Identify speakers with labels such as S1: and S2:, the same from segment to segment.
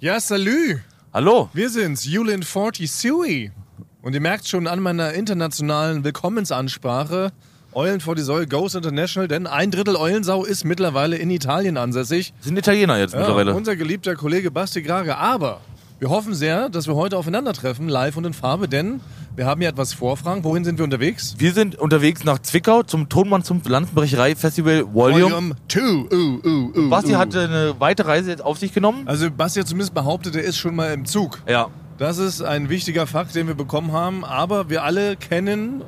S1: Ja, salü.
S2: Hallo.
S1: Wir sind's, Julin 40 Sui. Und ihr merkt schon an meiner internationalen Willkommensansprache, Eulen 40 Sui goes international, denn ein Drittel Eulensau ist mittlerweile in Italien ansässig.
S2: Sind Italiener jetzt
S1: Ja,
S2: mittlerweile.
S1: unser geliebter Kollege Basti Grage. Aber wir hoffen sehr, dass wir heute aufeinandertreffen, live und in Farbe, denn wir haben ja etwas vor, Frank. Wohin sind wir unterwegs?
S2: Wir sind unterwegs nach Zwickau zum Tonmann zum Landenbrecherei Festival Volume.
S1: 2. Uh, uh, uh,
S2: Basti
S1: uh.
S2: hatte eine weite Reise jetzt auf sich genommen.
S1: Also Basti hat zumindest behauptet, er ist schon mal im Zug.
S2: Ja.
S1: Das ist ein wichtiger Fakt, den wir bekommen haben. Aber wir alle kennen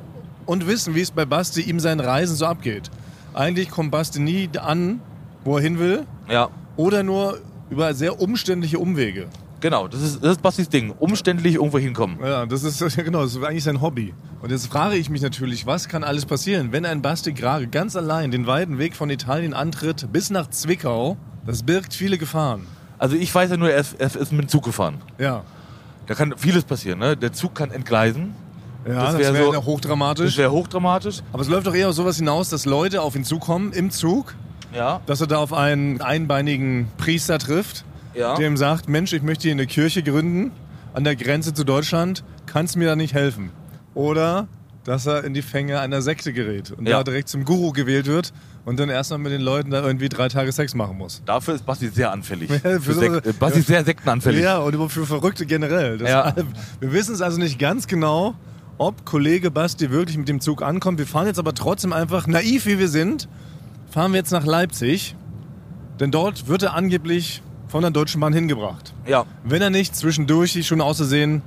S1: und wissen, wie es bei Basti ihm seinen Reisen so abgeht. Eigentlich kommt Basti nie an, wo er hin will.
S2: Ja.
S1: Oder nur über sehr umständliche Umwege.
S2: Genau, das ist, das ist Bastis Ding. Umständlich irgendwo hinkommen.
S1: Ja, das ist genau, das ist eigentlich sein Hobby. Und jetzt frage ich mich natürlich, was kann alles passieren, wenn ein Basti Grage ganz allein den weiten Weg von Italien antritt bis nach Zwickau? Das birgt viele Gefahren.
S2: Also ich weiß ja nur, er ist, er ist mit dem Zug gefahren.
S1: Ja.
S2: Da kann vieles passieren, ne? Der Zug kann entgleisen.
S1: Ja, das
S2: wär
S1: wäre
S2: so-
S1: ja
S2: Das
S1: hochdramatisch.
S2: wäre hochdramatisch.
S1: Aber es läuft doch eher auf sowas hinaus, dass Leute auf ihn zukommen im Zug,
S2: Ja.
S1: dass er da auf einen einbeinigen Priester trifft,
S2: Ja.
S1: der ihm sagt, Mensch, ich möchte hier eine Kirche gründen an der Grenze zu Deutschland, kannst mir da nicht helfen. Oder dass er in die Fänge einer Sekte gerät und
S2: Ja.
S1: da direkt zum Guru gewählt wird und dann erstmal mit den Leuten da irgendwie drei Tage Sex machen muss.
S2: Dafür ist Basti sehr anfällig.
S1: für
S2: Für
S1: so-
S2: Sek äh, Basti ist sehr sektenanfällig.
S1: Ja, und für Verrückte generell. Das
S2: Ja.
S1: Wir wissen es also nicht ganz genau, ob Kollege Basti wirklich mit dem Zug ankommt. Wir fahren jetzt aber trotzdem einfach, naiv wie wir sind, fahren wir jetzt nach Leipzig. Denn dort wird er angeblich von der Deutschen Bahn hingebracht.
S2: ja.
S1: Wenn er nicht zwischendurch, ich schon außersehen,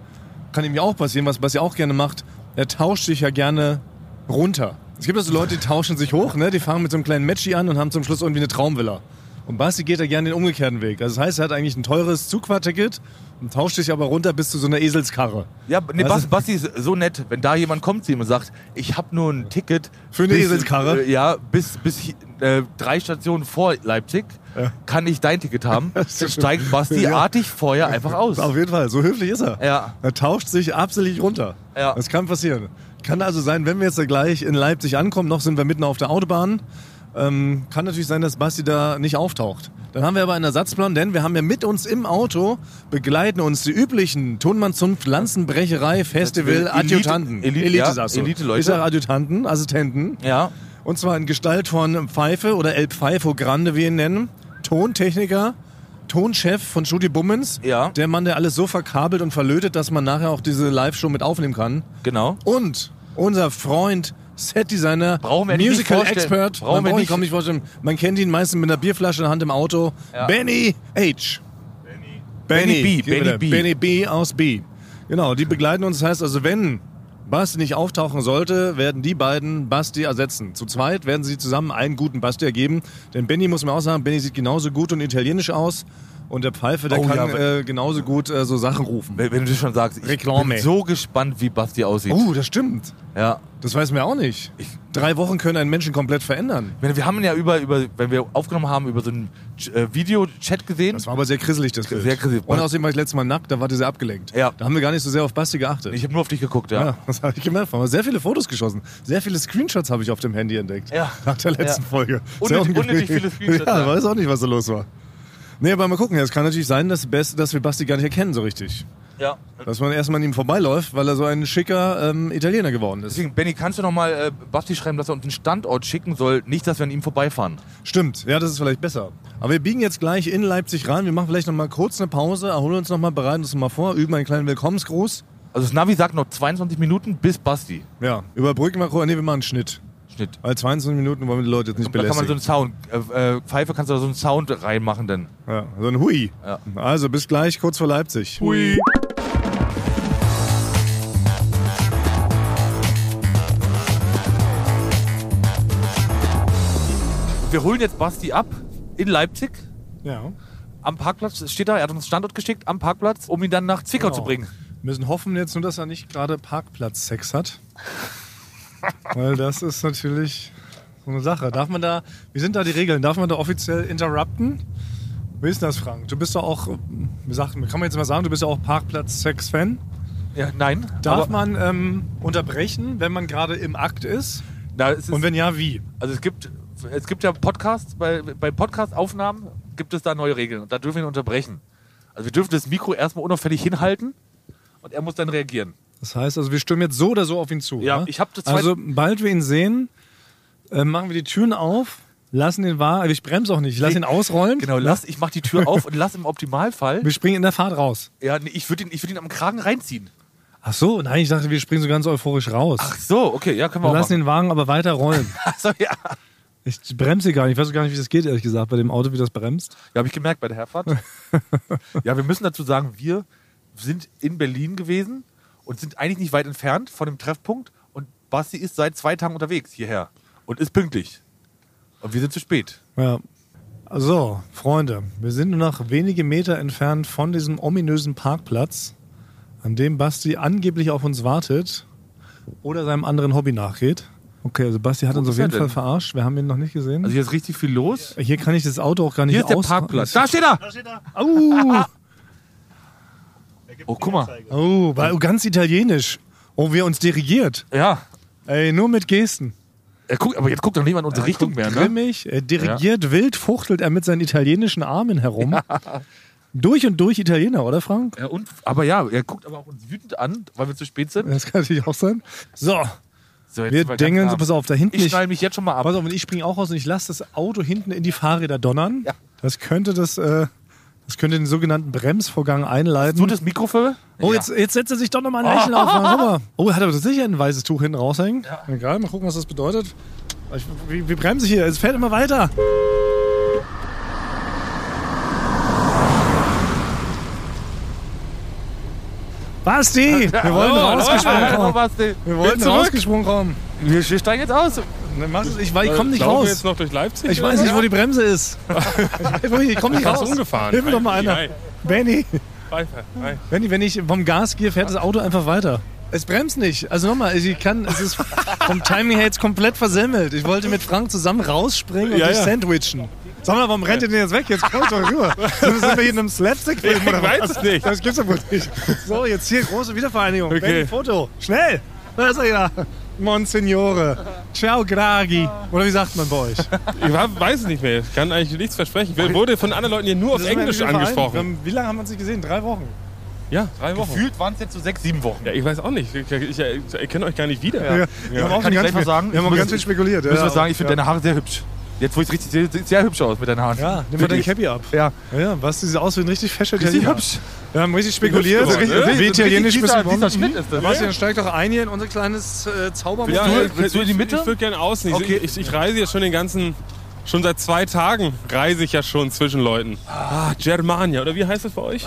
S1: kann ihm ja auch passieren, was Basti auch gerne macht, er tauscht sich ja gerne runter. Es gibt also Leute, die tauschen sich hoch, ne? die fangen mit so einem kleinen Matchy an und haben zum Schluss irgendwie eine Traumvilla. Und Basti geht da gerne den umgekehrten Weg. Also das heißt, er hat eigentlich ein teures Zugfahrticket und tauscht sich aber runter bis zu so einer Eselskarre.
S2: Ja, nee,
S1: Also-
S2: Basti, Basti ist so nett, wenn da jemand kommt zu ihm und sagt, ich habe nur ein Ticket.
S1: Für eine Eselskarre?
S2: Äh, ja, bis, bis hi- äh, drei Stationen vor Leipzig kann ich dein Ticket haben. Dann
S1: stimmt.
S2: steigt Basti
S1: Ja.
S2: artig vorher einfach aus.
S1: Auf jeden Fall, so höflich ist er.
S2: Ja.
S1: Er tauscht sich absolut runter.
S2: Ja.
S1: Das kann passieren. Kann also sein, wenn wir jetzt da gleich in Leipzig ankommen, noch sind wir mitten auf der Autobahn, ähm, kann natürlich sein, dass Basti da nicht auftaucht. Dann haben wir aber einen Ersatzplan, denn wir haben ja mit uns im Auto begleiten uns die üblichen Tonmannszunft, Lanzenbrecherei, Festival,
S2: Elite-
S1: Adjutanten.
S2: Elite- ja,
S1: sagst du.
S2: Elite-Leute.
S1: Ich sage Adjutanten, Assistenten.
S2: Ja,
S1: Und zwar in Gestalt von Pfeife oder El Pfeifo Grande, wie wir ihn nennen. Tontechniker, Tonchef von Judy Bummens.
S2: Ja.
S1: Der Mann, der alles so verkabelt und verlötet, dass man nachher auch diese Live-Show mit aufnehmen kann.
S2: genau.
S1: Und unser Freund, Setdesigner,
S2: Brauchen wir nicht
S1: Musical
S2: vorstellen.
S1: Expert.
S2: Brauchen
S1: man
S2: wir
S1: braucht ihn
S2: nicht.
S1: kaum nicht vorstellen. Man kennt ihn meistens mit einer Bierflasche in der Hand im Auto.
S2: Ja.
S1: Benny H.
S2: Benny B,
S1: Gib mir
S2: Benny
S1: das.
S2: B.
S1: Benny B aus B. Genau, die begleiten uns. Das heißt also, wenn Basti nicht auftauchen sollte, werden die beiden Basti ersetzen. Zu zweit werden sie zusammen einen guten Basti ergeben. Denn Benny muss man auch sagen, Benny sieht genauso gut und italienisch aus. Und der Pfeife, der
S2: Oh
S1: kann
S2: ja.
S1: äh, genauso gut äh, so Sachen rufen.
S2: Wenn, wenn du schon sagst, ich
S1: Reklame.
S2: bin so gespannt, wie Basti aussieht.
S1: Oh, das stimmt.
S2: Ja.
S1: Das weiß man ja auch nicht.
S2: Ich-
S1: Drei Wochen können einen Menschen komplett verändern.
S2: Ich meine, Wir haben ihn ja über, über, wenn wir aufgenommen haben, über so einen äh, Videochat gesehen.
S1: Das war aber sehr grisselig, das Bild.
S2: Sehr grisselig.
S1: Und außerdem war ich letztes Mal nackt, da war die sehr abgelenkt.
S2: Ja.
S1: Da haben wir gar nicht so sehr auf Basti geachtet.
S2: Ich habe nur auf dich geguckt, ja.
S1: Ja, das habe ich gemerkt. Aber sehr viele Fotos geschossen. Sehr viele Screenshots habe ich auf dem Handy entdeckt.
S2: Ja.
S1: Nach der letzten
S2: Ja.
S1: Folge.
S2: Unnötig-
S1: Sehr ungeschickt.
S2: unnötig viele Screenshots,
S1: Ja,
S2: ja.
S1: weiß auch nicht, was da los war. Nee, aber mal gucken. Es kann natürlich sein, dass, Best, dass wir Basti gar nicht erkennen so richtig.
S2: ja.
S1: Dass man erstmal an ihm vorbeiläuft, weil er so ein schicker ähm, Italiener geworden ist.
S2: Deswegen, Benny, kannst du nochmal äh, Basti schreiben, dass er uns einen Standort schicken soll, nicht, dass wir an ihm vorbeifahren.
S1: Stimmt, ja, das ist vielleicht besser. Aber wir biegen jetzt gleich in Leipzig rein. Wir machen vielleicht nochmal kurz eine Pause, erholen uns nochmal, bereiten uns nochmal vor, üben einen kleinen Willkommensgruß.
S2: Also das Navi sagt noch 22 Minuten bis Basti.
S1: Ja, überbrücken wir kurz. Nee, wir machen einen Schnitt.
S2: Schnitt.
S1: Weil 22 Minuten wollen wir die Leute jetzt nicht
S2: Da kann
S1: belästigen.
S2: man so einen Sound, äh, äh, Pfeife kannst du da so einen Sound reinmachen denn.
S1: Ja, so ein Hui.
S2: Ja.
S1: Also bis gleich, kurz vor Leipzig.
S2: Hui. Wir holen jetzt Basti ab in Leipzig.
S1: Ja.
S2: Am Parkplatz steht er, er hat uns einen Standort geschickt, am Parkplatz, um ihn dann nach Zwickau
S1: Genau.
S2: zu bringen.
S1: Müssen hoffen jetzt nur, dass er nicht gerade Parkplatz-Sex hat. Weil das ist natürlich so eine Sache. Darf man da, wie sind da die Regeln? Darf man da offiziell interrupten? Wie ist denn das, Frank? Du bist doch auch, wir sagten, kann man jetzt mal sagen, du bist ja auch Parkplatz-Sex-Fan.
S2: Ja, nein.
S1: Darf
S2: aber-
S1: man ähm, unterbrechen, wenn man gerade im Akt ist?
S2: Na, es ist,
S1: Und wenn ja, wie?
S2: Also es gibt, es gibt ja Podcasts, bei, bei Podcast-Aufnahmen gibt es da neue Regeln und da dürfen wir ihn unterbrechen. Also wir dürfen das Mikro erstmal unauffällig hinhalten und er muss dann reagieren.
S1: Das heißt also, wir stürmen jetzt so oder so auf ihn zu.
S2: Ja,
S1: ne?
S2: ich hab das zweite-
S1: Also, bald wir ihn sehen, äh, machen wir die Türen auf, lassen ihn wahr. Ich bremse auch nicht, ich lasse ihn ausrollen.
S2: Genau, lass, ich mach die Tür auf und lass im Optimalfall.
S1: Wir springen in der Fahrt raus.
S2: Ja, nee, ich würde ihn, ich würd ihn am Kragen reinziehen.
S1: Ach so, nein, ich dachte, wir springen so ganz euphorisch raus.
S2: Ach so, okay, ja, können wir,
S1: wir
S2: auch
S1: lassen
S2: machen.
S1: den Wagen aber weiter rollen.
S2: Ach so, ja.
S1: Ich bremse gar nicht. Ich weiß gar nicht, wie das geht, ehrlich gesagt, bei dem Auto, wie das bremst.
S2: Ja, habe ich gemerkt bei der Herfahrt. ja, wir müssen dazu sagen, wir sind in Berlin gewesen und sind eigentlich nicht weit entfernt von dem Treffpunkt. Und Basti ist seit zwei Tagen unterwegs hierher und ist pünktlich. Und wir sind zu spät.
S1: Ja. So, Freunde, wir sind nur noch wenige Meter entfernt von diesem ominösen Parkplatz, an dem Basti angeblich auf uns wartet oder seinem anderen Hobby nachgeht. Okay, also Basti hat
S2: Wo
S1: uns auf
S2: ist er
S1: jeden
S2: denn?
S1: Fall verarscht. Wir haben ihn noch nicht gesehen. Äh,
S2: Also hier ist richtig viel los.
S1: hier kann ich das Auto auch gar nicht
S2: Hier ist der
S1: aus-
S2: Parkplatz. Da steht er!
S1: Au!
S2: Oh, guck mal.
S1: Oh, war ganz italienisch. Oh, wir uns dirigiert.
S2: Ja.
S1: Ey, nur mit Gesten.
S2: Er guckt, aber jetzt guckt doch niemand in unsere Richtung mehr, ne?
S1: Grimmig, äh, dirigiert, wild fuchtelt er mit seinen italienischen Armen herum. Durch und durch Italiener, oder Frank?
S2: Ja, und, aber ja, er guckt aber auch uns wütend an, weil wir zu spät sind.
S1: Das kann natürlich auch sein. So,
S2: So, jetzt
S1: wir
S2: sind ganz
S1: denken, so,
S2: arm.
S1: pass auf, da hinten.
S2: Ich
S1: Ich,
S2: schneide mich jetzt schon mal ab.
S1: pass auf, und ich springe auch raus und ich lasse das Auto hinten in die Fahrräder donnern.
S2: Ja.
S1: Das könnte das, äh, das könnte den sogenannten Bremsvorgang einleiten.
S2: So das Mikro für?
S1: Oh,
S2: Ja.
S1: jetzt, jetzt setzt er sich doch nochmal ein Lächeln auf. Mal rüber. Oh, er hat aber tatsächlich ein weißes Tuch hinten raushängen. Egal, mal gucken, was das bedeutet. Ich, wir, wir bremsen hier, es fährt immer weiter. Basti, wir wollen
S2: Hallo,
S1: rausgesprungen
S2: hallo,
S1: kommen.
S2: Basti.
S1: Wir wollten
S2: zurück.
S1: rausgesprungen kommen.
S2: Wir wir steigen jetzt aus. Äh,
S1: Dann machst du- Ich, weil ich komme nicht
S3: Laufen wir
S1: raus.
S3: jetzt noch durch Leipzig?
S1: Ich weiß nicht, wo die Bremse ist. Ich, weiß nicht, ich komme nicht
S3: Krass
S1: raus.
S3: umgefahren.
S1: Hilf mir doch mal einer.
S3: Ei, ei,
S1: Benny.
S3: ei, ei.
S1: Wenn, wenn ich vom Gas gehe, fährt das Auto einfach weiter. Es bremst nicht. Also nochmal, ich kann, es ist vom Timing her jetzt komplett versemmelt. Ich wollte mit Frank zusammen rausspringen und
S3: Ja,
S1: dich
S3: ja.
S1: sandwichen. Sag mal, warum rennt ihr denn jetzt weg? Jetzt kommt doch rüber. Sind wir hier in einem Slapstick-Film oder
S3: Ich weiß
S1: was?
S3: es nicht.
S1: Das gibt's doch wohl nicht. So, jetzt hier große Wiedervereinigung. Okay.
S3: Okay.
S1: Benny, Foto. Schnell. Da ist er ja. Monsignore. Ciao, Gragi. Oder wie sagt man bei euch?
S3: Ich hab- weiß es nicht mehr. Ich kann eigentlich nichts versprechen. Ich wurde von anderen Leuten hier nur auf
S1: Das ist
S3: Englisch
S1: ein Verein. Wir
S3: angesprochen.
S1: haben- Wie lange haben wir uns nicht gesehen? Drei Wochen.
S3: Ja, drei Wochen.
S2: Gefühlt waren es jetzt so sechs, sieben Wochen.
S3: Ja, ich weiß auch nicht. Ich, ich, ich erkenne euch gar nicht wieder.
S1: Ja. Wir haben auch
S2: Kann
S1: ganz
S2: ich gleich was
S1: viel-
S2: sagen?
S1: Wir haben
S2: Ich
S1: auch
S2: muss-
S1: ganz viel spekuliert.
S2: Ich muss
S1: ja.
S2: was sagen, ich finde
S1: Ja.
S2: deine Haare sehr hübsch. Jetzt, wo ich es richtig sehe, sieht sehr hübsch aus mit deinen Haaren.
S1: Ja, nimm mal dein
S2: Wirklich.
S1: Cappy ab.
S2: Ja,
S1: Ja, Ja, Basti sieht aus wie ein richtig fescher
S2: richtig
S1: Italiener.
S2: hübsch.
S1: Wir haben richtig spekuliert.
S3: Hübsch geworden,
S1: Wie
S2: ne?
S1: italienisch bisschen
S2: Richtig dieser- dieser
S1: Bomben.
S2: Schnitt ist das.
S1: Basti, dann steig doch ein hier in unser kleines äh, Zaubermodell.
S3: Ja,
S2: du-
S3: ich-
S2: willst du in die
S3: ich-
S2: Mitte?
S3: Ich würde gerne außen. Ich,
S2: Okay.
S3: ich, ich reise jetzt schon den ganzen. Schon seit zwei Tagen reise ich ja schon zwischen Leuten. Ah, Germania. Oder wie heißt das bei euch?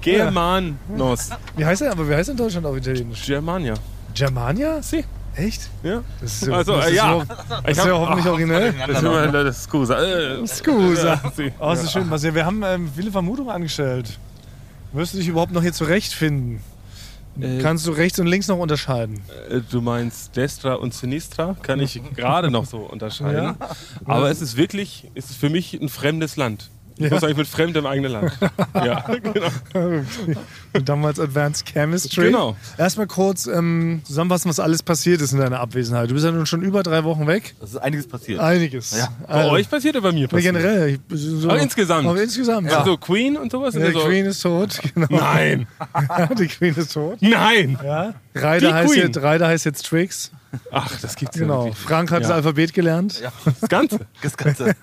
S3: Germanos.
S1: Wie heißt er? Aber wie heißt er in Deutschland auf Italienisch?
S3: Germania.
S1: Germania?
S3: Sie.
S1: Echt?
S3: Ja.
S1: Das ist
S3: Also,
S1: das
S3: äh,
S1: ist
S3: ja.
S1: so-
S3: Ich
S1: Das ist ja
S3: hab,
S1: hoffentlich originell.
S3: das ist immer das Scusa. Äh,
S1: Scusa.
S3: Sie.
S1: Oh, das ist schön, Basti. Wir haben ähm, viele Vermutungen angestellt. Wirst du dich überhaupt noch hier zurechtfinden?
S3: Äh,
S1: Kannst du rechts und links noch unterscheiden?
S3: Äh, Du meinst Destra und Sinistra, kann ich gerade noch so unterscheiden.
S1: Ja.
S3: Aber es ist wirklich, es ist für mich ein fremdes Land. Ich
S1: Ja.
S3: muss eigentlich mit fremdem eigenen Land. ja, genau.
S1: Damals Advanced Chemistry.
S3: Genau.
S1: Erstmal kurz ähm, zusammenfassen, was alles passiert ist in deiner Abwesenheit. Du bist ja nun schon über drei Wochen weg.
S2: Das ist einiges passiert.
S1: Einiges.
S2: Ja.
S3: Bei euch passiert oder bei mir
S1: Ja,
S3: passiert?
S1: generell. ich- So,
S3: Aber insgesamt?
S1: Aber insgesamt. Ja.
S3: Also Queen und sowas? sind
S1: Die
S3: ja so,
S1: Queen ist tot. Genau.
S3: Nein,
S1: Ja, die Queen ist tot.
S3: nein!
S1: Ja. Reiter,
S3: Die
S1: heißt
S3: Queen.
S1: jetzt, Reiter heißt jetzt Trix.
S3: Ach, das gibt's ja
S1: Genau.
S3: wirklich.
S1: Frank hat
S3: Ja.
S1: das Alphabet gelernt
S2: Ja,
S3: Das Ganze.
S2: das Ganze.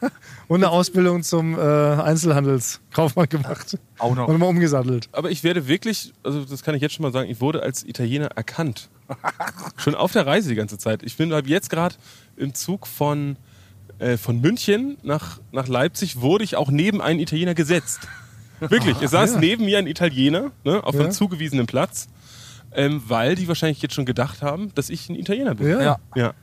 S1: und eine Ausbildung zum äh, Einzelhandelskaufmann gemacht.
S2: Auch noch.
S1: Und mal umgesattelt.
S3: Aber ich werde wirklich, also das kann ich jetzt schon mal sagen, ich wurde als Italiener erkannt. schon auf der Reise die ganze Zeit. Ich bin hab jetzt gerade im Zug von, äh, von München nach, nach Leipzig, wurde ich auch neben einen Italiener gesetzt. Wirklich, es saß neben mir ein Italiener ne, auf
S1: Ah, Ja.
S3: einem zugewiesenen Platz, ähm, weil die wahrscheinlich jetzt schon gedacht haben, dass ich ein Italiener bin.
S1: Ja.
S2: Ja.
S3: Ja.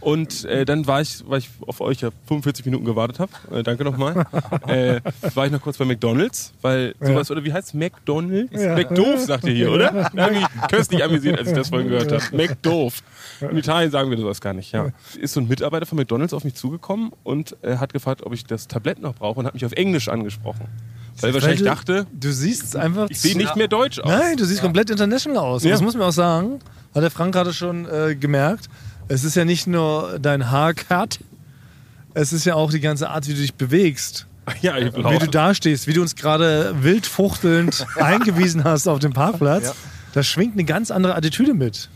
S3: Und äh, dann war ich, weil ich auf euch ja 45 Minuten gewartet habe, äh, danke nochmal, äh, war ich noch kurz bei McDonalds, weil sowas, oder wie heißt McDonalds?
S1: Ja.
S3: McDoof sagt ihr hier, oder? Da habe ich mich köstlich amüsiert, als ich das vorhin gehört habe. McDoof. In Italien sagen wir sowas gar nicht, ja. Ist so ein Mitarbeiter von McDonalds auf mich zugekommen und äh, hat gefragt, ob ich das Tablett noch brauche und hat mich auf Englisch angesprochen. Weil er wahrscheinlich
S1: Weil
S3: dachte,
S1: Du siehst einfach.
S3: ich sehe nicht mehr deutsch aus.
S1: Nein, du siehst komplett international aus.
S3: Ja.
S1: Das muss man auch sagen. Hat der Frank gerade schon äh, gemerkt. Es ist ja nicht nur dein Haarcut, es ist ja auch die ganze Art, wie du dich bewegst.
S3: Ja, ich bin
S1: Wie
S3: auch.
S1: du dastehst, wie du uns gerade wild fuchtelnd eingewiesen hast auf dem Parkplatz,
S2: Ja.
S1: da schwingt eine ganz andere Attitüde mit.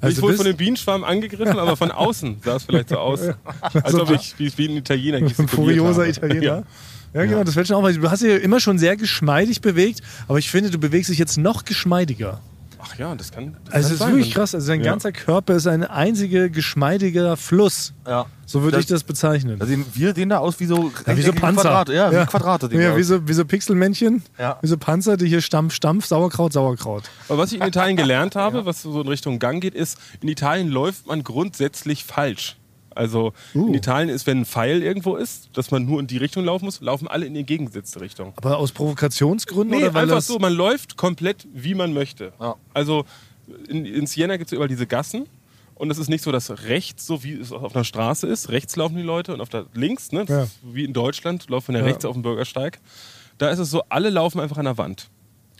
S3: Also ich wurde
S1: bist-
S3: von dem Bienenschwarm angegriffen, aber von außen sah es vielleicht so aus, als ob ich wie, wie ein Italiener
S1: Ein
S3: gestikuliert
S1: furioser
S3: habe.
S1: Italiener. Ja, genau, das fällt schon auf. weil Du hast dich ja immer schon sehr geschmeidig bewegt, aber ich finde, du bewegst dich jetzt noch geschmeidiger.
S3: Ach ja, das kann.
S1: Also
S3: Das kann
S1: es ist
S3: sein. ne?
S1: wirklich krass. Also dein
S3: Ja.
S1: ganzer Körper ist ein einziger geschmeidiger Fluss.
S2: Ja.
S1: So würde
S2: Das-
S1: ich das bezeichnen.
S2: Da sehen wir den da aus wie so,
S1: Ja, wie so
S2: rechteckige
S1: Panzer.
S2: Quadrate. Ja, wie Quadrate. sehen
S1: ja,
S2: wir
S1: wie,
S2: aus.
S1: so, wie so Pixelmännchen,
S2: Ja.
S1: wie so Panzer, die hier Stampf, Stampf, Sauerkraut, Sauerkraut.
S3: Aber was ich in Italien gelernt habe, was so in Richtung Gang geht, ist, in Italien läuft man grundsätzlich falsch. Also in
S1: Uh.
S3: Italien ist, wenn ein Pfeil irgendwo ist, dass man nur in die Richtung laufen muss, laufen alle in die entgegengesetzte Richtung.
S1: Aber aus Provokationsgründen
S3: Nee,
S1: oder weil
S3: einfach
S1: das
S3: so, man läuft komplett, wie man möchte.
S2: Ja.
S3: Also in, in Siena gibt es überall diese Gassen und es ist nicht so, dass rechts, so wie es auf einer Straße ist, rechts laufen die Leute und auf der links, ne, das
S1: Ja.
S3: ist wie in Deutschland, läuft man ja,
S1: Ja.
S3: rechts auf dem Bürgersteig. Da ist es so, alle laufen einfach an der Wand.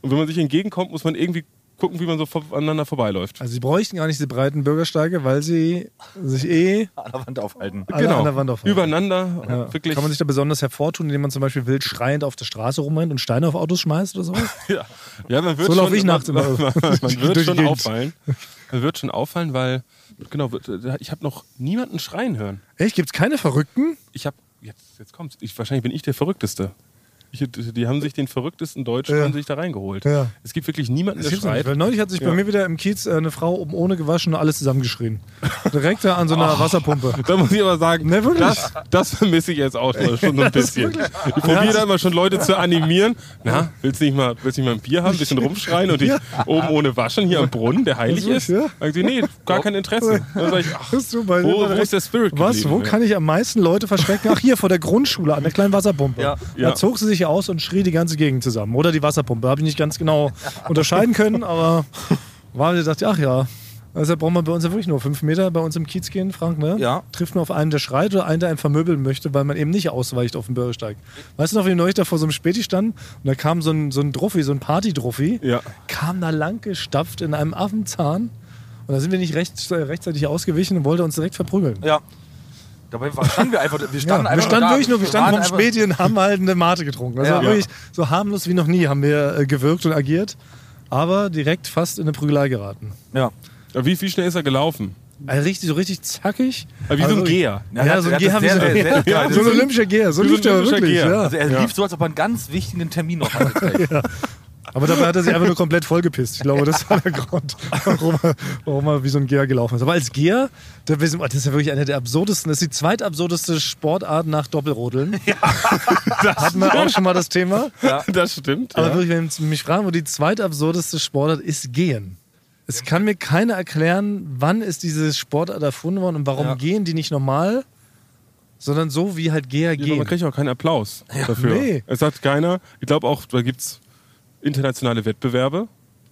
S3: Und wenn man sich entgegenkommt, muss man irgendwie gucken, wie man so vor- aneinander vorbeiläuft.
S1: Also sie bräuchten gar nicht diese breiten Bürgersteige, weil sie sich eh
S2: An der Wand aufhalten.
S1: alle an der Wand aufhalten.
S3: Genau. Übereinander,
S1: Ja.
S3: wirklich.
S1: Kann man sich da besonders hervortun, indem man zum Beispiel wild schreiend auf der Straße rumrennt und Steine auf Autos schmeißt oder so?
S3: ja. ja, man wird
S1: So lauf
S3: schon,
S1: ich nachts immer
S3: man, man, man wird
S1: durch die
S3: schon
S1: Gegend.
S3: auffallen. Man wird schon auffallen, weil genau, wird- ich habe noch niemanden schreien hören.
S1: Echt? Gibt's keine Verrückten?
S3: Ich habe jetzt jetzt kommt's. Ich, wahrscheinlich bin ich der Verrückteste. Ich, die haben sich den verrücktesten Deutschen
S1: Ja.
S3: haben sich da reingeholt.
S1: Ja.
S3: Es gibt wirklich niemanden, der
S1: gibt's doch
S3: schreit.
S1: Weil neulich hat sich
S3: Ja.
S1: bei mir wieder im Kiez äh, eine Frau oben ohne gewaschen und alles zusammengeschrien. Direkt da an so
S3: Oh.
S1: einer Wasserpumpe.
S3: Da muss ich aber sagen,
S1: Ne, wirklich?
S3: das, das vermisse ich jetzt auch schon so ein bisschen. Ich probiere da immer schon Leute zu animieren. Na, willst du nicht mal, willst du nicht mal ein Bier haben, ein bisschen rumschreien und dich oben ohne waschen hier am Brunnen, der heilig
S1: Ja.
S3: ist? Sagen sie, nee, gar kein Interesse. Dann sag ich, ach,
S1: Das ist so, weil-
S3: wo, wo
S1: direkt-
S3: ist der Spirit
S1: Was? Wo
S3: geblieben?
S1: kann ich am meisten Leute verschrecken? Ach, hier vor der Grundschule an der kleinen Wasserpumpe.
S2: Ja.
S3: Ja.
S1: Da zog sie sich aus und schrie die ganze Gegend zusammen. Oder die Wasserpumpe. Habe ich nicht ganz genau unterscheiden können, aber war ich dachte, ach ja. Also braucht man bei uns ja wirklich nur fünf Meter bei uns im Kiez gehen, Frank, ne?
S2: Ja.
S1: Trifft man auf einen, der schreit oder einen, der einen vermöbeln möchte, weil man eben nicht ausweicht auf dem Bürgersteig. Weißt du noch, wie wir neulich da vor so einem Späti standen und da kam so ein, so ein Druffi, so ein Party-Druffi,
S3: Ja.
S1: kam da lang gestapft in einem Affenzahn und da sind wir nicht recht, rechtzeitig ausgewichen und wollte uns direkt verprügeln.
S2: Ja. Dabei war- standen wir einfach. Wir standen
S1: Ja,
S2: einfach
S1: wir standen
S2: da.
S1: wirklich nur, wir standen
S2: waren
S1: vom
S2: einfach-
S1: Späti und haben halt eine Mate getrunken. Also
S2: Ja.
S1: wirklich so harmlos wie noch nie haben wir äh, gewirkt und agiert, aber direkt fast in eine Prügelei geraten.
S2: Ja.
S3: Ja, Wie, wie schnell ist er gelaufen?
S1: Also richtig, so richtig zackig.
S3: Ja, Wie
S1: Also
S3: so ein
S1: wirklich-
S3: Geher.
S1: Ja,
S2: Ja,
S1: so
S2: der
S1: ein
S2: hat
S1: Geher
S2: das
S1: haben
S2: sehr,
S1: sie
S2: sehr, sehr geil.
S1: so ein olympischer Geher, so
S3: Wie so ein
S1: lief der
S3: olympischer
S1: wirklich.
S3: Geher.
S1: Ja.
S2: Also er
S3: Ja.
S2: lief so, als ob er einen ganz wichtigen Termin noch hatte.
S1: Aber dabei hat er sich einfach nur komplett vollgepisst. Ich glaube, das war der Grund, warum er, warum er wie so ein Geher gelaufen ist. Aber als Geher, da wissen wir- oh, das ist ja wirklich eine der absurdesten, das ist die zweitabsurdeste Sportart nach Doppelrodeln. Hatten wir auch schon mal das Thema.
S3: Das stimmt.
S1: Aber
S3: ja.
S1: wirklich, wenn Sie mich fragen, wo die zweitabsurdeste Sportart ist, gehen. Es kann mir keiner erklären, wann ist diese Sportart erfunden worden und warum
S2: Ja.
S1: gehen die nicht normal, sondern so wie halt Geher
S3: Ja, aber
S1: gehen.
S3: Man kriegt auch keinen Applaus dafür.
S1: nee.
S3: Es sagt keiner. Ich glaube auch, da gibt es internationale Wettbewerbe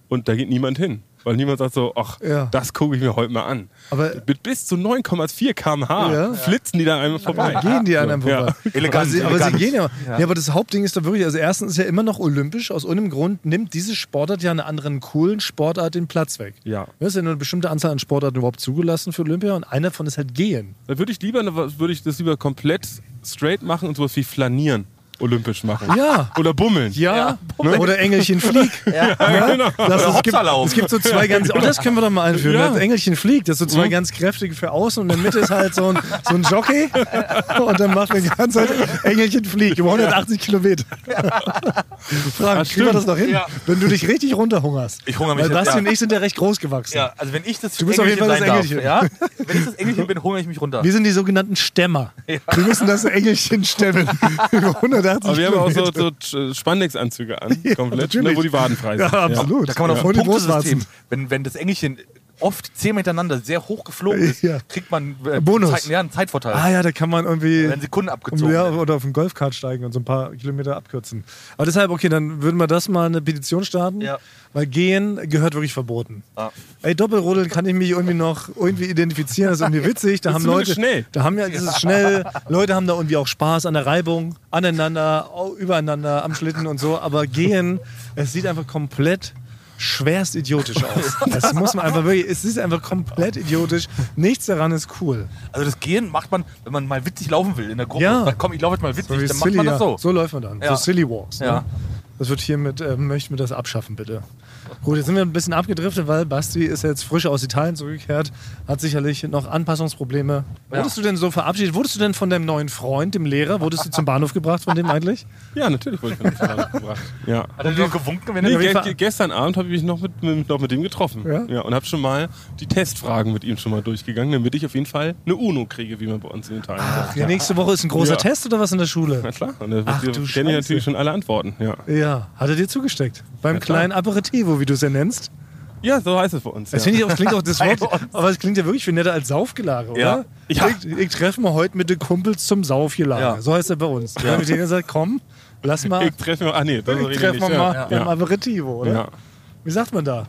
S3: und da geht niemand hin. Weil niemand sagt so, ach,
S1: Ja.
S3: das gucke ich mir heute mal an.
S1: Aber-
S3: Mit bis zu 9,4 km/h
S1: Ja.
S3: flitzen die da einmal vorbei.
S1: Gehen die an einem
S3: Ja.
S1: vorbei.
S2: Elegant,
S1: aber sie, aber sie
S2: elegant.
S1: gehen ja.
S2: Ja.
S1: ja. aber das Hauptding ist doch wirklich, also erstens ist ja immer noch olympisch. Aus irgendeinem Grund nimmt diese Sportart ja einer anderen coolen Sportart den Platz weg.
S3: Ja.
S1: Es ist ja nur eine bestimmte Anzahl an Sportarten überhaupt zugelassen für Olympia und einer davon ist halt Gehen.
S3: Da würde ich lieber würde ich das lieber komplett straight machen und sowas wie flanieren olympisch machen.
S1: Ja.
S3: Oder bummeln.
S1: Ja, oder Engelchen flieg. Ja.
S3: genau.
S1: Das, es, gibt,
S2: Hopsalauf.
S1: es gibt so zwei ganz. Oh, das können wir doch mal einführen.
S3: Ja.
S1: Das Engelchen fliegt. Das sind so zwei
S3: Mhm.
S1: ganz kräftige für außen und in der Mitte ist halt so ein, so ein Jockey. Und dann macht er die ganze Zeit Engelchen fliegt über 180 Kilometer. Frank, kriegen wir
S3: stimmt.
S1: das noch hin?
S2: Ja.
S1: Wenn du dich richtig runterhungerst.
S2: Ich hungere mich
S1: Weil
S2: jetzt,
S1: Basti
S2: ja.
S1: und ich sind ja recht groß gewachsen.
S2: Ja, also wenn ich das
S1: Du bist auf jeden Fall das
S2: sein Darf, ja? Wenn ich das Engelchen bin, hungere ich mich runter.
S1: Wir sind die sogenannten Stämmer. Wir müssen das Engelchen stemmen. Über 180
S3: Aber wir haben auch
S1: Kilometer.
S3: so, so Sch- Spandex-Anzüge an, komplett,
S1: natürlich.
S3: ne, wo die Waden frei
S1: ja,
S3: sind.
S1: absolut.
S2: Da kann man
S1: ja.
S2: auf ein
S1: Und die
S2: Punktesystem,
S1: Brustwarzen.
S2: wenn, wenn das Engelchen oft zehnmal hintereinander sehr hoch geflogen ist,
S1: Ja.
S2: kriegt man äh,
S1: Bonus.
S2: Zeit, ja, einen Zeitvorteil.
S1: Ah ja, da kann man irgendwie.
S2: Werden Sekunden abgezogen.
S1: Um, ja, oder auf den Golfkart steigen und so ein paar Kilometer abkürzen. Aber deshalb, okay, dann würden wir das mal eine Petition starten.
S2: Ja.
S1: Weil gehen gehört wirklich verboten.
S2: Ah.
S1: Ey, Doppelrodeln kann ich mich irgendwie noch irgendwie identifizieren. Das ist irgendwie witzig. Da haben
S3: zumindest
S1: Leute.
S3: schnell.
S1: Da haben ja, das ist schnell. Leute haben da irgendwie auch Spaß an der Reibung, aneinander, au- übereinander, am Schlitten und so. Aber gehen, es sieht einfach komplett schwerst idiotisch aus. Das muss man einfach wirklich, es ist einfach komplett idiotisch. Nichts daran ist cool.
S2: Also das Gehen macht man, wenn man mal witzig laufen will in der Gruppe.
S1: Ja.
S2: Dann, komm, ich laufe jetzt mal witzig,
S1: So wie
S2: dann
S1: silly,
S2: macht man das
S1: ja.
S2: so.
S1: So läuft man dann. So
S2: Ja.
S1: Silly Walks. Ne?
S2: Ja.
S1: Das wird hiermit, äh, möchten wir das abschaffen, bitte. Gut, jetzt sind wir ein bisschen abgedriftet, weil Basti ist jetzt frisch aus Italien zurückgekehrt, hat sicherlich noch Anpassungsprobleme.
S2: Ja.
S1: Wurdest du denn so verabschiedet? Wurdest du denn von deinem neuen Freund, dem Lehrer, wurdest du zum Bahnhof gebracht von dem eigentlich?
S3: Ja, natürlich wurde ich von Fahrrad gebracht. Ja.
S2: Hat er dir noch gewunken, wenn
S3: Nee,
S2: er
S1: wir
S3: ge
S1: fahren-
S3: ge gestern Abend habe ich mich noch mit, mit, noch mit dem getroffen.
S1: Ja?
S3: und habe schon mal die Testfragen mit ihm schon mal durchgegangen, damit ich auf jeden Fall eine UNO kriege, wie man bei uns in Italien sagt.
S1: Ja, nächste Woche ist ein großer
S3: Ja.
S1: Test oder was in der Schule?
S3: Na klar, und da
S1: Ach,
S3: kenne
S1: du
S3: ich
S1: Scheiße.
S3: natürlich schon alle Antworten. Ja,
S1: Ja, hat er dir zugesteckt. Beim
S3: Ja, klar.
S1: kleinen Aperitivo, wie du es ja nennst.
S3: ja so heißt es bei uns.
S1: Das
S3: ja.
S1: finde ich auch, klingt auch das Wort, aber es klingt ja wirklich viel netter als Saufgelage, oder?
S2: Ja.
S3: Ja.
S1: Ich, ich treffe mal heute mit den Kumpels zum Saufgelage.
S2: Ja.
S1: So heißt er bei uns. Ja. Mit denen er sagt, komm, lass mal,
S3: Ich treffe mal. Ah, nee, das rede ich
S1: treffen wir
S3: nicht.
S1: mal
S3: ja.
S1: beim
S3: Ja.
S1: Aperitivo, oder?
S3: Ja.
S1: Wie sagt man da?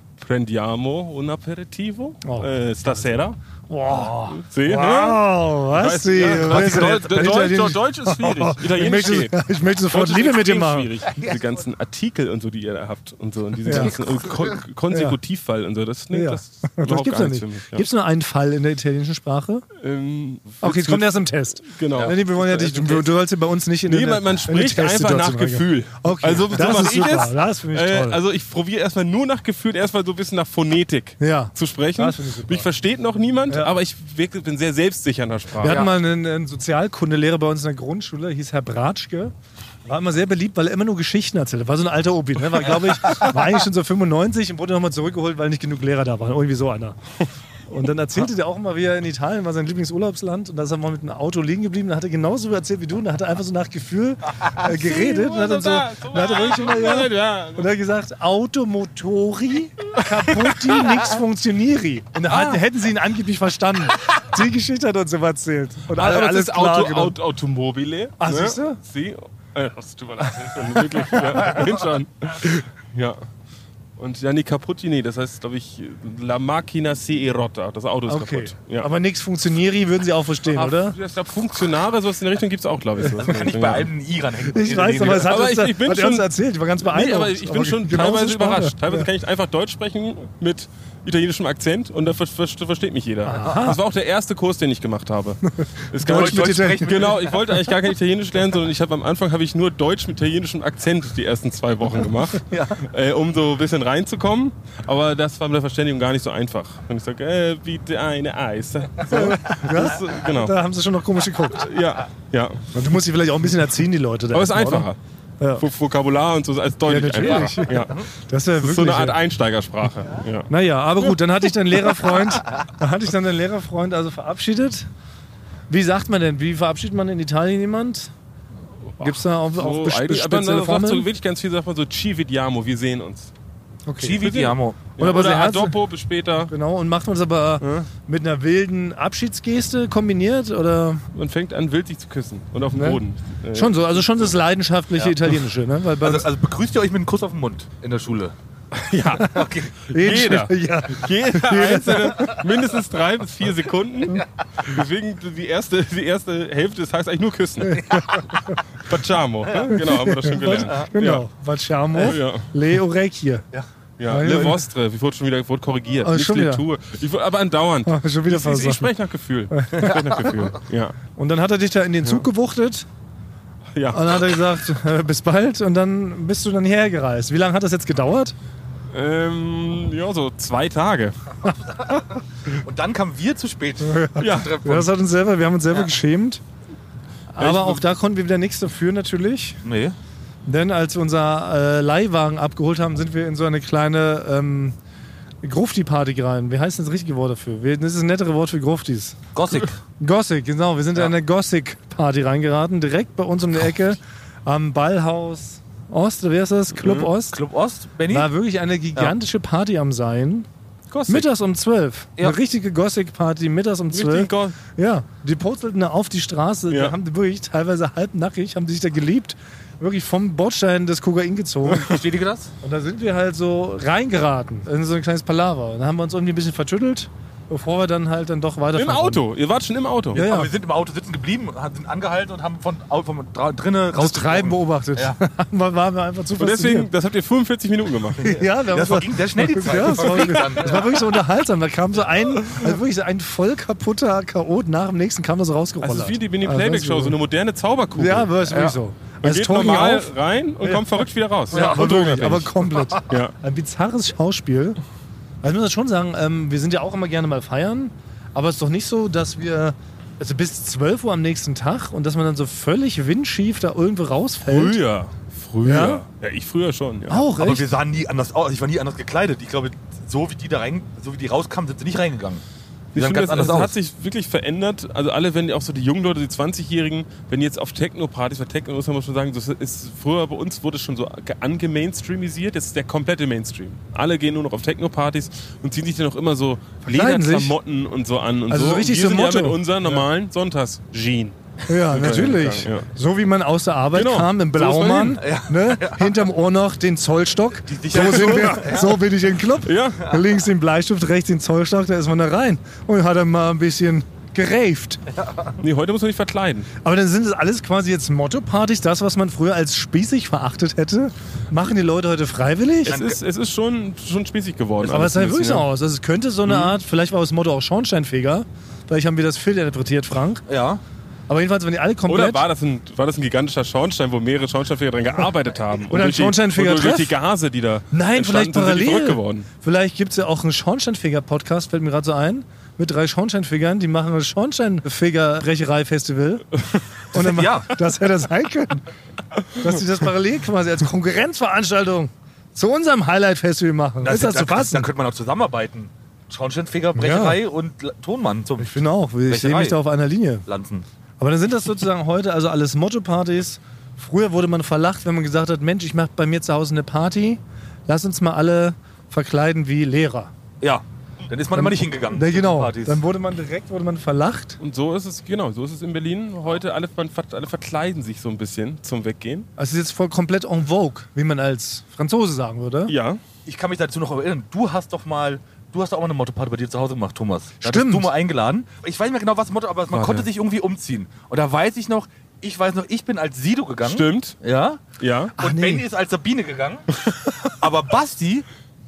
S3: Prendiamo un aperitivo.
S1: Oh.
S3: Äh, stasera. ne?
S1: Wow,
S3: Sehen,
S1: wow was
S3: Weiß-
S1: sie.
S3: ja,
S1: was sie-
S3: Deutsch,
S1: Wenn ich da den-
S3: Deutsch, Deutsch ist schwierig.
S1: ich,
S3: Italienisch
S1: möchte,
S3: geht.
S1: ich möchte sofort
S3: Deutsch ist
S1: Liebe mit dir
S3: extrem
S1: machen.
S3: Schwierig. Diese ganzen Artikel und so, die ihr da habt und so und diese
S1: Ja.
S3: ganzen und Kon Konsekutivfall und so, das, nee,
S1: Ja.
S3: das ist
S1: Das
S3: überhaupt
S1: gibt's
S3: gar
S1: ja
S3: nichts
S1: nicht.
S3: für mich. Ja.
S1: Gibt's nur einen Fall in der italienischen Sprache?
S3: Ähm,
S1: Okay, jetzt kommt erst im Test.
S3: Genau.
S1: Nee, nee, wir wollen ja dich, du, du sollst ja bei uns nicht in
S3: Nee,
S1: eine-
S3: man, man
S1: in eine
S3: spricht einfach
S1: Testsituation
S3: nach
S1: reingehen.
S3: Gefühl.
S1: Okay,
S3: also, so
S1: das
S3: mach
S1: ist
S3: ich
S1: super.
S3: es.
S1: Das ist für mich
S3: Äh,
S1: toll.
S3: also ich probiere erstmal nur nach Gefühl, erstmal so ein bisschen nach Phonetik
S1: Ja.
S3: zu sprechen.
S1: Das finde ich super.
S3: Mich versteht noch niemand, aber ich wirklich bin sehr selbstsicher in der Sprache.
S1: Wir hatten mal
S2: Ja.
S1: einen, einen Sozialkundelehrer bei uns in der Grundschule, hieß Herr Bratschke. War immer sehr beliebt, weil er immer nur Geschichten erzählt. War so ein alter Opi, ne? War, glaube ich, war eigentlich schon so 95 und wurde nochmal zurückgeholt, weil nicht genug Lehrer da waren. Irgendwie so einer. Und dann erzählte der auch immer, wie er in Italien war, sein Lieblingsurlaubsland. Und da ist er mal mit einem Auto liegen geblieben. Da hat er genauso erzählt wie du. Und da hat er einfach so nach Gefühl äh, geredet. Und hat dann so, und hat er wirklich immer, ja,
S3: Ja.
S1: und er hat gesagt, Automotori, kaputti, nix funktionieri. Und
S3: Ah.
S1: da hatten- hätten sie ihn angeblich verstanden. Die Geschichte hat uns immer erzählt. Und alle,
S2: Also
S3: Also Aber
S1: alles
S3: das ist
S1: klar genau.
S3: Auto,
S1: genommen.
S3: Aut Automobile.
S1: Ah, siehst du?
S3: Ne? Sie? Äh, das tut mir leid. Wirklich, ja, bin schon. Ja. Und Janni Caputti, nee, das heißt, glaube ich, La Macchina Si e Rotta. Das Auto ist
S1: Okay.
S3: kaputt. Ja. Ah,
S1: Aber nix funktionieri würden sie auch verstehen, oder?
S3: Ich glaube, Funktionare, sowas in der Richtung gibt es auch, glaube ich. sowas in der
S2: Kann ich
S3: Richtung,
S2: bei
S3: ja.
S2: einem I ranhängen.
S1: Ich weiß, aber es hat,
S3: Aber
S1: uns,
S3: ich-
S1: da-
S3: ich bin
S1: hat er uns
S3: schon-
S1: erzählt. Ich war ganz beeindruckt.
S3: Nee, aber ich bin
S1: Aber
S3: schon
S1: genau so
S3: teilweise
S1: Sprache.
S3: überrascht. Teilweise
S1: Ja.
S3: kann ich einfach Deutsch sprechen mit italienischem Akzent und da ver ver versteht mich jeder. Das war auch der erste Kurs, den ich gemacht habe. Ist gar
S1: Deutsch
S3: nicht-
S1: mit Italien-
S3: Genau, ich wollte eigentlich gar kein Italienisch lernen, sondern ich habe am Anfang habe ich nur Deutsch mit italienischem Akzent die ersten zwei Wochen gemacht, äh, um so ein bisschen reinzukommen. Aber das war mit der Verständigung gar nicht so einfach. Und ich sage, äh, bitte eine Eis. So. Das, äh, genau.
S1: Da haben sie schon noch komisch geguckt.
S3: Ja, ja.
S1: Und du musst sie vielleicht auch ein bisschen erziehen, die Leute. da
S3: Aber es ist
S1: erstmal,
S3: einfacher.
S1: Ja.
S3: Vo- Vokabular und so als deutlich
S1: Ja, natürlich.
S3: einfacher. Ja.
S1: Oder? Das wäre
S3: Das
S1: wirklich
S3: ist so eine Art
S1: ja.
S3: Einsteigersprache. Ja.
S1: Naja, aber gut, dann hatte ich deinen Lehrerfreund, dann hatte ich dann deinen Lehrerfreund also verabschiedet. Wie sagt man denn? Wie verabschiedet man in Italien jemand? Gibt es da auch, auch
S3: eigentlich-
S1: bes-
S3: aber
S1: spezielle
S3: man sagt so
S1: Formeln?
S3: wirklich ganz viel, sagt man so, ci vediamo, wir sehen uns.
S1: Okay.
S2: Chivi Diamo.
S1: Oder aber sehr
S3: Oder
S1: herzlich-
S3: Adopo bis später.
S1: Genau, und macht man es aber mit einer wilden Abschiedsgeste kombiniert? Oder
S3: Man fängt an, wild sich zu küssen. Und auf dem
S1: Ne?
S3: Boden. Äh,
S1: schon so, also schon das leidenschaftliche
S2: Ja.
S1: Italienische, ne? Weil bei
S2: Also, also begrüßt ihr euch mit einem Kuss auf den Mund in der Schule.
S3: Ja. jeder.
S1: ja.
S3: Jeder einzelne mindestens drei bis vier Sekunden. Deswegen die erste, die erste Hälfte des Tages eigentlich nur küssen. Facciamo. ne? Genau, haben wir das schon gelernt.
S1: Genau. Vacciamo,
S3: Ja.
S1: le orecchie.
S3: Ja,
S1: Ja,
S3: Le
S1: ja.
S3: Vostre, ich wurde schon wieder wurde korrigiert.
S1: Oh,
S3: Nicht
S1: schon
S3: Le
S1: wieder.
S3: Tour. Ich wurde aber andauernd.
S1: Ah, schon wieder
S3: ich, ich, ich
S1: versagen.
S3: spreche nach Gefühl. Ich spreche nach Gefühl. Ja.
S1: Und dann hat er dich da in den Zug gewuchtet
S3: ja.
S1: und dann hat er gesagt, äh, bis bald und dann bist du dann hierher gereist. Wie lange hat das jetzt gedauert?
S3: Ähm, ja, so zwei Tage.
S2: Und dann kamen wir zu spät.
S3: Ja,
S1: Ja, das hat uns selber, wir haben uns selber geschämt.
S3: ich-
S1: Aber auch da konnten wir wieder nichts dafür natürlich.
S2: Nee.
S1: Denn als wir unser äh, Leihwagen abgeholt haben, sind wir in so eine kleine ähm, Grufti-Party rein. Wie heißt denn das richtige Wort dafür? Wir, das ist ein nettere Wort für Gruftis.
S2: Gothic.
S1: Gothic, genau. Wir sind
S2: Ja.
S1: in eine Gothic-Party reingeraten. Direkt bei uns um die Ecke am Ballhaus Ost, oder wie heißt das? Club Ost.
S2: Club Ost, Benny.
S1: War wirklich eine gigantische Party am Sein. Mittags um 12.
S2: Ja.
S1: Eine richtige Gothic-Party, mittags um 12.
S3: Richtig Go-
S1: Ja, die purzelten da auf die Straße.
S3: Ja.
S1: Da haben die wirklich teilweise halbnackig, haben die sich da geliebt. Wirklich vom Bordstein des Kokain gezogen.
S2: Versteht ihr das?
S1: Und da sind wir halt so reingeraten in so ein kleines Palaver. Und dann haben wir uns irgendwie ein bisschen vertüttelt. bevor wir dann halt dann doch weiter.
S3: Im Auto. Ihr wart schon im Auto.
S1: Ja, ja.
S2: Aber wir sind im Auto sitzen geblieben, und haben- sind angehalten und haben von, au- von dra- drinnen
S1: Das Treiben
S2: rausgezogen.
S1: beobachtet.
S2: Ja.
S1: War- waren wir einfach zu
S3: Und deswegen, das habt ihr 45 Minuten gemacht.
S1: Ja, da
S2: Das
S1: war-
S2: ging sehr schnell die Zeit.
S1: Ja, das, war,
S2: Das ging dann.
S1: das war wirklich so unterhaltsam. Da kam so ein, also wirklich so ein voll kaputter Chaot nach dem nächsten kam da so rausgerollt.
S3: Also es ist wie die Mini
S1: Also
S3: Playback
S1: das
S3: Show, so
S1: ist-
S3: eine moderne Zauberkugel.
S1: Ja, aber es ist wirklich
S2: Ja.
S1: so.
S3: Man
S1: Also
S3: geht
S1: Tony
S3: normal
S1: auf-
S3: rein und kommt verrückt wieder raus.
S1: Ja, aber wirklich, aber
S3: unabhängig.
S1: komplett.
S3: Ja.
S1: Ein bizarres Schauspiel. Also ich muss das schon sagen, ähm, wir sind ja auch immer gerne mal feiern, aber es ist doch nicht so, dass wir also bis 12 Uhr am nächsten Tag und dass man dann so völlig windschief da irgendwo rausfällt.
S3: Früher. Früher.
S1: Ja?
S3: Ja? ich früher schon. Ja.
S1: Auch,
S2: Aber
S1: echt?
S2: wir sahen nie anders aus. Ich war nie anders gekleidet. Ich glaube, so wie die da rein, so wie die rauskamen, sind sie nicht reingegangen. Die
S3: Ich
S2: sahen
S3: finde,
S2: ganz anders
S3: das, das hat
S2: aus.
S3: sich wirklich verändert. Also alle, wenn auch so die jungen Leute, die 20-Jährigen, wenn die jetzt auf Techno-Partys, weil Techno muss man schon sagen, das ist früher bei uns wurde es schon so ge- angemainstreamisiert, jetzt ist der komplette Mainstream. Alle gehen nur noch auf Techno-Partys und ziehen sich dann auch immer so
S1: Verkleiden sich.
S3: Lederklamotten und so an und
S1: Also
S3: so.
S1: so richtig so
S3: und wir sind ja
S1: Motto.
S3: mit unseren normalen sonntags jean
S1: Ja, natürlich.
S3: Ja.
S1: So wie man aus der Arbeit
S3: Genau.
S1: kam, im
S3: So ist man
S1: Blaumann, ne? hinterm Ohr noch den Zollstock. So,
S2: Sicherheit-
S1: sind wir, so bin ich im Club.
S3: Ja.
S1: Links den Bleistift, rechts den Zollstock, da ist man da rein. Und hat dann mal ein bisschen geraved.
S3: Nee, heute muss man nicht verkleiden.
S1: Aber dann sind das alles quasi jetzt Motto-Partys, das, was man früher als spießig verachtet hätte, machen die Leute heute freiwillig.
S3: Es ist, es ist schon, schon spießig geworden.
S1: Aber es
S3: alles ein
S1: sah wirklich so
S3: bisschen, ja. Mhm.
S1: aus. Also es könnte so eine Art, vielleicht war das Motto auch Schornsteinfeger. Vielleicht haben wir das viel interpretiert, Frank.
S2: Ja.
S1: Aber jedenfalls, wenn die alle komplett...
S3: Oder war das, ein, war das ein gigantischer Schornstein, wo mehrere Schornsteinfeger dran gearbeitet haben?
S1: Oder ein
S3: durch die-
S1: Schornsteinfeger
S3: und durch die
S1: Treff?
S3: Gase, die da
S1: Nein, vielleicht
S3: entstanden sind, sind die verrückt
S1: parallel.
S3: geworden.
S1: Vielleicht gibt es ja auch einen Schornsteinfeger-Podcast, fällt mir gerade so ein. Mit drei Schornsteinfegern, die machen ein Schornsteinfeger-Brecherei-Festival. Und dann
S2: Ja.
S1: Das hätte sein können. Dass die das parallel quasi als Konkurrenzveranstaltung zu unserem Highlight-Festival machen. ist das
S2: da,
S1: zu
S2: Da
S1: fassen?
S2: könnte man auch zusammenarbeiten. Schornsteinfeger, Brecherei und La- Tonmann zum
S1: Ich finde auch, ich sehe mich
S2: Brecherei.
S1: da auf einer Linie.
S2: Lanzen.
S1: Aber dann sind das sozusagen heute also alles Motto-Partys. Früher wurde man verlacht, wenn man gesagt hat, Mensch, ich mache bei mir zu Hause eine Party. Lass uns mal alle verkleiden wie Lehrer.
S2: Ja. Dann ist man immer nicht hingegangen.
S1: Ja,
S2: zu den
S1: genau.
S2: Partys.
S1: Dann wurde man direkt wurde man verlacht.
S3: Und so ist es, genau, so ist es in Berlin. Heute alle, man, ver- alle verkleiden sich so ein bisschen zum Weggehen.
S1: Also Es ist jetzt voll komplett en vogue, wie man als Franzose sagen würde.
S3: Ja.
S2: ich kann mich dazu noch erinnern. Du hast doch mal. Du hast doch auch mal eine Motto-Party bei dir zu Hause gemacht, Thomas. Da hattest
S1: Stimmt.
S2: Du mal eingeladen. Ich weiß nicht mehr genau, was Motto, aber man
S3: Warte.
S2: konnte sich irgendwie umziehen. Und da weiß ich noch, ich weiß noch, ich bin als Sido gegangen.
S3: Stimmt.
S2: Ja.
S3: Ja.
S1: Ach,
S2: und
S1: nee.
S2: Benny ist als Sabine gegangen. aber Basti,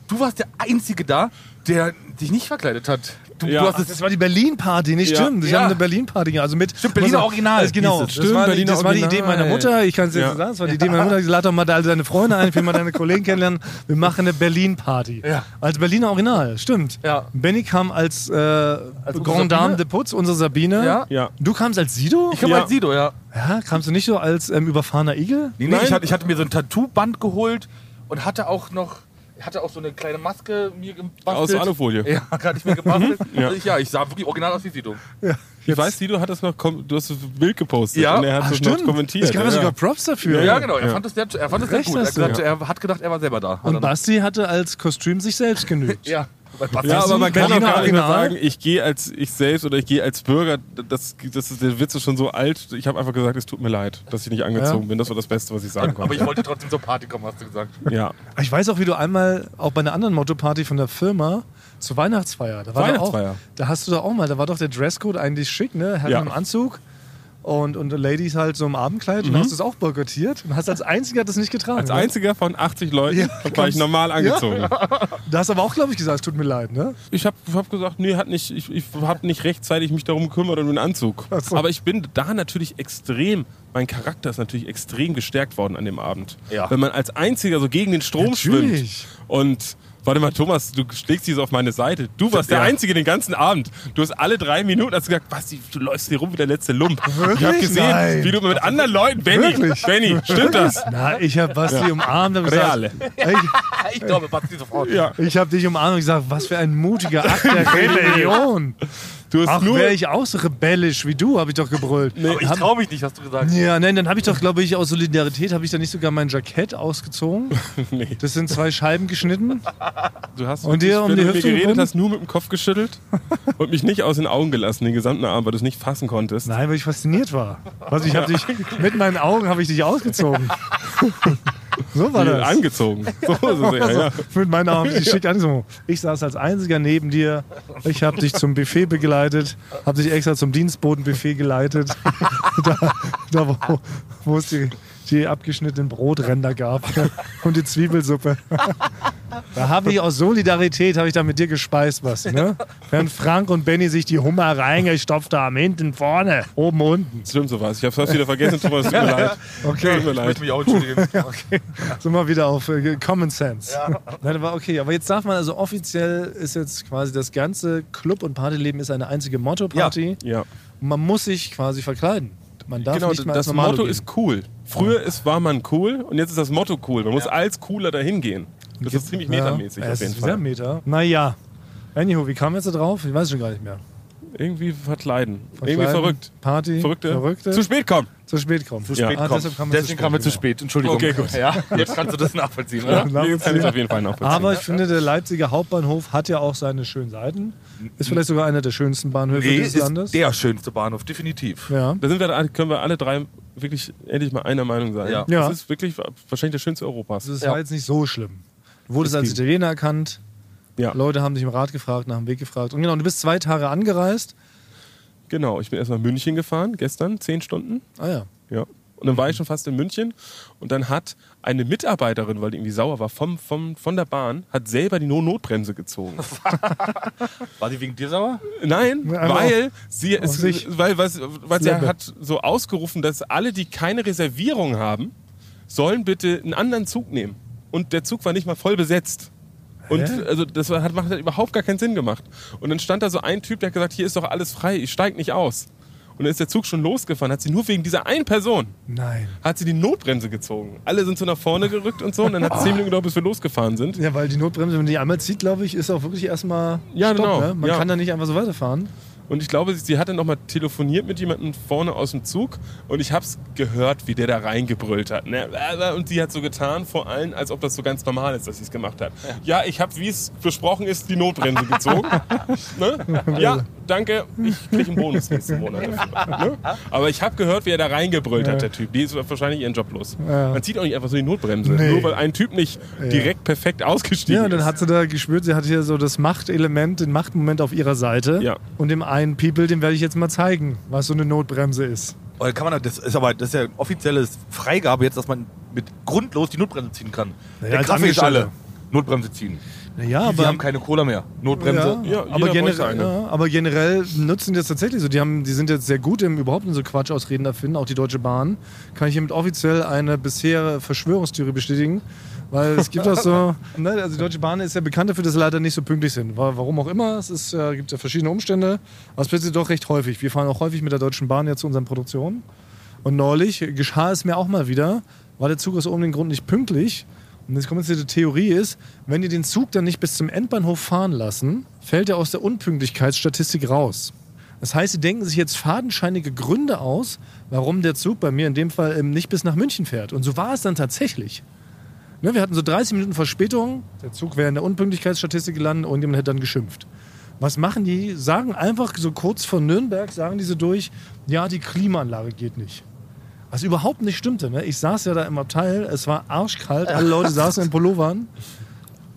S2: du warst der Einzige da, der dich nicht verkleidet hat. Du,
S3: Ja.
S2: du hast
S1: Ach,
S2: es
S1: Also das war die Berlin-Party, nicht
S3: Ja.
S1: stimmt. Ich
S2: Ja.
S1: habe eine Berlin-Party gemacht. Also mit,
S2: Stimmt, Berliner Original
S1: Also genau,
S2: hieß
S1: das,
S2: es.
S3: Stimmt,
S1: war, die,
S3: Berliner
S1: das war die Idee
S3: Original.
S1: meiner Mutter. Ich kann es jetzt
S3: Ja.
S1: so sagen, das war die Idee meiner Mutter. Ich lad doch mal alle deine Freunde ein, ich will mal deine Kollegen kennenlernen. Wir machen eine Berlin-Party.
S2: Ja.
S1: Als Berliner Original, stimmt.
S2: Ja.
S1: Benny kam als, äh, Grand Dame
S2: unsere Sabine?
S1: de Putz, unsere Sabine.
S2: Ja.
S3: Ja.
S1: Du kamst als Sido?
S2: Ich komme
S3: Ja.
S2: als Sido, ja.
S1: ja, kamst du nicht so als ähm, überfahrener Igel?
S2: Nee, nee,
S3: Nein.
S2: ich, hatte, ich hatte mir so ein Tattoo-Band geholt und hatte auch noch hatte auch so eine kleine Maske mir gebastelt.
S3: Aus Alufolie.
S2: Ja, hatte ich mir gebastelt.
S3: Ja.
S2: Mhm. ja. Ich, ja, ich sah wirklich original aus wie Sido.
S3: Ich weiß, Sido hat das noch, kom- du hast das Bild gepostet
S2: Ja.
S3: und er hat
S1: Ah,
S3: das noch kommentiert.
S1: Es gab ja
S3: ja.
S1: sogar Props dafür.
S2: Ja, genau. Er
S3: Ja.
S2: fand es sehr, er fand es sehr
S1: Recht
S2: gut. Er, hat
S1: hast du,
S2: gesagt, er hat gedacht, er war selber da. Hat er
S1: Und
S2: noch-
S1: Basti hatte als Kostüm sich selbst genügt.
S2: Ja. Bei Basti
S3: Ja, aber man kann auch
S1: Berliner
S3: gar nicht mehr
S1: Original.
S3: sagen, ich gehe als ich selbst oder ich gehe als Bürger. Das, das ist, der Witz ist schon so alt. Ich habe einfach gesagt, es tut mir leid, dass ich nicht angezogen
S1: Ja.
S3: bin. Das war das Beste, was ich sagen
S2: aber
S3: konnte.
S2: ich wollte trotzdem zur Party kommen, hast du gesagt.
S3: ja.
S1: Ich weiß auch, wie du einmal auch bei einer anderen Motto-Party von der Firma zur Weihnachtsfeier. Da war Da,
S3: Weihnachtsfeier.
S1: auch, da hast du da auch mal, da war doch der Dresscode eigentlich schick, ne? Herren
S3: Ja.
S1: im Anzug und, und Ladies halt so im Abendkleid. Und hast du es auch boykottiert und hast als einziger das nicht getragen.
S3: Mhm. Als
S1: ne?
S3: einziger von 80 Leuten
S1: Ja,
S3: war ich
S1: kommst-
S3: normal angezogen.
S1: Da hast du aber auch, glaube ich, gesagt, es tut mir leid, ne?
S3: Ich habe hab gesagt, nee, hat nicht, ich, ich habe nicht rechtzeitig mich darum gekümmert und den Anzug.
S1: Ach so.
S3: Aber ich bin da natürlich extrem, mein Charakter ist natürlich extrem gestärkt worden an dem Abend.
S2: Ja.
S3: Wenn man als einziger so gegen den Strom
S1: Natürlich.
S3: schwimmt und Warte mal, Thomas, du schlägst dich so auf meine Seite. Du warst der
S2: Ja.
S3: Einzige den ganzen Abend. Du hast alle drei Minuten hast gesagt, Basti, du läufst hier rum wie der letzte Lump. Ich habe
S1: Wirklich?
S3: gesehen,
S1: Nein.
S3: wie du mit anderen Leuten, Benny,
S1: Wirklich?
S3: Benny, stimmt das?
S1: Na, ich habe Basti umarmt. Hab gesagt,
S3: Reale.
S1: ich
S2: Ich glaube, Basti sofort.
S3: Ja.
S1: ich habe dich umarmt und gesagt, was für ein mutiger Akt der Rebellion.
S3: Du hast
S1: Ach,
S3: nur
S1: wäre ich auch so rebellisch wie du, habe ich doch gebrüllt.
S2: Aber ich
S1: Hab-
S2: traue mich nicht, hast du gesagt.
S1: Ja, nein, dann habe ich doch, glaube ich, aus Solidarität habe ich da nicht sogar mein Jackett ausgezogen.
S3: Nee.
S1: Das sind zwei Scheiben geschnitten.
S3: Du hast
S1: Und
S3: wirklich,
S1: dir um
S3: wenn
S1: die
S3: du mit mir
S1: Hüfte
S3: geredet
S1: gebunden?
S3: hast, nur mit dem Kopf geschüttelt und mich nicht aus den Augen gelassen, den gesamten Abend, weil du es nicht fassen konntest.
S1: Nein, weil ich fasziniert war. Also ich habe dich mit meinen Augen habe ich dich ausgezogen. So war
S3: Die
S1: das. Also-
S3: Angezogen. So ist es ja, ja.
S1: Mit meinen Armen, die schickt an. So, Ich um. saß als Einziger neben dir. Ich habe dich zum Buffet begleitet, habe dich extra zum Dienstbotenbuffet geleitet. da, da wo, wo es die, die abgeschnittenen Brotränder gab und die Zwiebelsuppe. Da habe ich aus Solidarität habe ich da mit dir gespeist was, ne? Während Frank und Benny sich die Hummer reingestopft haben, hinten, vorne, oben, unten.
S3: Stimmt so was. Ich hab's fast wieder vergessen, Thomas. Tut mir leid.
S1: Okay.
S3: Tut mir
S2: Ich
S3: leid.
S2: möchte mich auch entschuldigen.
S1: Sind wir wieder auf äh, Common Sense. Nein, aber okay, aber jetzt darf man also offiziell ist jetzt quasi das ganze Club- und Partyleben ist eine einzige Motto-Party.
S3: Ja.
S1: Und Man muss sich quasi verkleiden. Man darf
S3: Genau,
S1: nicht mal
S3: das
S1: als Normalo
S3: Motto
S1: gehen.
S3: ist cool. Früher ist, war man cool und jetzt ist das Motto cool. Man muss als cooler dahin gehen. Das ist ziemlich metamäßig
S1: ja,
S3: auf
S1: es
S3: jeden
S1: ist sehr
S3: Fall.
S1: Meter. Naja. Anywho, wie kam jetzt da drauf? Ich weiß schon gar nicht mehr.
S3: Irgendwie verkleiden. Irgendwie
S1: Verkleiden,
S3: verrückt.
S1: Party.
S3: Verrückte.
S1: Verrückte.
S3: Zu spät kommen.
S1: Zu spät kommen.
S2: Zu spät
S1: Ah,
S2: kommen.
S1: deshalb kam man zu
S2: Deswegen
S1: spät,
S2: kamen wir zu
S1: genau.
S2: spät. Entschuldigung.
S3: Okay, gut.
S2: Ja, jetzt kannst du das nachvollziehen,
S1: Ja,
S2: oder?
S3: Nee, kann ich
S1: nachvollziehbar.
S3: auf jeden Fall nachvollziehen.
S1: aber ich finde, der Leipziger Hauptbahnhof hat ja auch seine schönen Seiten. Ist vielleicht sogar einer der schönsten Bahnhöfe
S2: Nee,
S1: des Landes.
S2: ist der schönste Bahnhof, definitiv.
S1: ja.
S3: da sind wir, da- können wir alle drei wirklich endlich mal einer Meinung sein.
S2: Ja.
S1: Ja.
S3: Das ist wirklich wahrscheinlich der schönste Europas.
S1: Also es
S2: Ja.
S1: war jetzt nicht so schlimm. Du wurdest
S3: Das
S1: als
S3: ging.
S1: Italiener erkannt.
S3: Ja.
S1: Leute haben dich im Rat gefragt, nach dem Weg gefragt. Und genau, du bist zwei Tage angereist.
S3: Genau, ich bin erst nach München gefahren, gestern, zehn Stunden.
S1: Ah ja.
S3: Ja. Und dann war ich schon fast in München und dann hat eine Mitarbeiterin, weil die irgendwie sauer war, vom, vom, von der Bahn, hat selber die No-Notbremse gezogen.
S2: War die wegen dir sauer?
S3: Nein,
S1: Aber
S3: weil sie,
S1: auf
S3: es,
S1: sich.
S3: weil, weil, weil sie
S1: Selber.
S3: hat so ausgerufen, dass alle, die keine Reservierung haben, sollen bitte einen anderen Zug nehmen. Und der Zug war nicht mal voll besetzt. Und
S1: Hä?
S3: also das war- hat, macht halt überhaupt gar keinen Sinn gemacht. Und dann stand da so ein Typ, der hat gesagt, hier ist doch alles frei, ich steig nicht aus. Und dann ist der Zug schon losgefahren, hat sie nur wegen dieser einen Person
S1: Nein.
S3: hat sie die Notbremse gezogen. Alle sind so nach vorne gerückt und so und dann hat es zehn Minuten gedauert, bis wir losgefahren sind.
S1: Ja, weil die Notbremse, wenn man die einmal zieht, glaube ich, ist auch wirklich erstmal.
S3: Ja,
S1: Stopp,
S3: genau.
S1: Ne? Man
S3: Ja.
S1: kann da nicht einfach so weiterfahren.
S3: Und ich glaube, sie- sie hat dann nochmal telefoniert mit jemandem vorne aus dem Zug und ich hab's gehört, wie der da reingebrüllt hat. Ne? Und sie hat so getan, vor allem, als ob das so ganz normal ist, dass sie es gemacht hat. Ja, ich habe, wie es besprochen ist, die Notbremse gezogen. ne? Ja, danke, ich krieg einen Bonus nächsten Monat. Dafür, ne? Aber ich habe gehört, wie er da reingebrüllt hat, der Typ. Die ist wahrscheinlich ihren Job los.
S1: Ja.
S3: Man zieht auch nicht einfach so die Notbremse,
S1: Nee.
S3: nur weil ein Typ nicht direkt perfekt ausgestiegen
S1: Ja, und dann
S3: ist.
S1: hat sie da gespürt, sie hatte hier so das Machtelement, den Machtmoment auf ihrer Seite.
S3: Ja.
S1: Und dem einen People, dem werde ich jetzt mal zeigen, was so eine Notbremse ist.
S2: Oder kann man, das ist aber das ist ja offizielle Freigabe jetzt, dass man mit grundlos die Notbremse ziehen kann.
S1: Naja,
S2: Der
S1: als
S2: Kaffee ist
S1: Angestellter.
S2: alle. Notbremse ziehen.
S1: Naja,
S2: Die,
S1: aber.
S2: die haben keine Cola mehr. Notbremse.
S3: Ja, jeder
S1: aber,
S3: bräuchte
S1: generell,
S3: eine.
S1: ja, aber generell nutzen die das tatsächlich so. Die, haben, die sind jetzt sehr gut im überhaupt in so Quatschausreden erfinden, auch die Deutsche Bahn. Kann ich hiermit offiziell eine bisher Verschwörungstheorie bestätigen. Weil es gibt auch so. Ne, also die Deutsche Bahn ist ja bekannt dafür, dass sie leider nicht so pünktlich sind. Wa- Warum auch immer. Es ist, äh, gibt ja verschiedene Umstände. Aber es passiert doch recht häufig. Wir fahren auch häufig mit der Deutschen Bahn ja zu unseren Produktionen. Und neulich geschah es mir auch mal wieder, war der Zug aus irgendeinem Grund nicht pünktlich. Und jetzt kommt jetzt die Theorie ist, wenn die den Zug dann nicht bis zum Endbahnhof fahren lassen, fällt er aus der Unpünktlichkeitsstatistik raus. Das heißt, sie denken sich jetzt fadenscheinige Gründe aus, warum der Zug bei mir in dem Fall ähm, nicht bis nach München fährt. Und so war es dann tatsächlich. Ne, wir hatten so 30 Minuten Verspätung, der Zug wäre in der Unpünktlichkeitsstatistik gelandet und jemand hätte dann geschimpft. Was machen die? Sagen einfach so kurz vor Nürnberg, sagen diese durch, ja, die Klimaanlage geht nicht. Was überhaupt nicht stimmte. Ne? Ich saß ja da im Abteil, es war arschkalt, alle Leute saßen in Pullovern.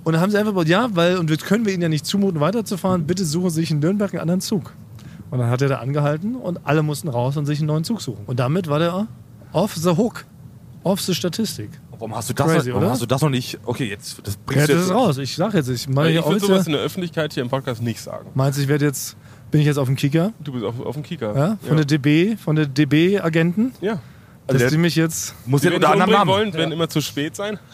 S1: Und dann haben sie einfach gesagt, ja, weil, und jetzt können wir ihnen ja nicht zumuten, weiterzufahren, bitte suchen sie sich in Nürnberg einen anderen Zug. Und dann hat er da angehalten und alle mussten raus und sich einen neuen Zug suchen. Und damit war der off the hook, off the Statistik.
S2: Warum hast du das?
S1: Crazy,
S2: warum
S1: oder?
S2: hast du das noch nicht? Okay, jetzt das
S1: Ja,
S2: bringst du
S1: das ist
S2: jetzt.
S1: raus. Ich sag jetzt, ich meine,
S3: Also ich würde sowas
S1: ich
S3: in der Öffentlichkeit hier im Podcast nicht sagen.
S1: meinst du, ich werde jetzt, bin ich jetzt auf dem Kicker?
S3: Du bist auf, auf dem Kika.
S1: Ja? Von der DB, von der DB-Agenten,
S3: ja.
S1: dass
S2: Also der-
S1: die mich jetzt.
S2: Muss
S3: Sie
S2: jetzt
S3: werden
S2: unter
S3: unter
S2: anderem Namen.
S3: wollen, werden immer zu spät sein.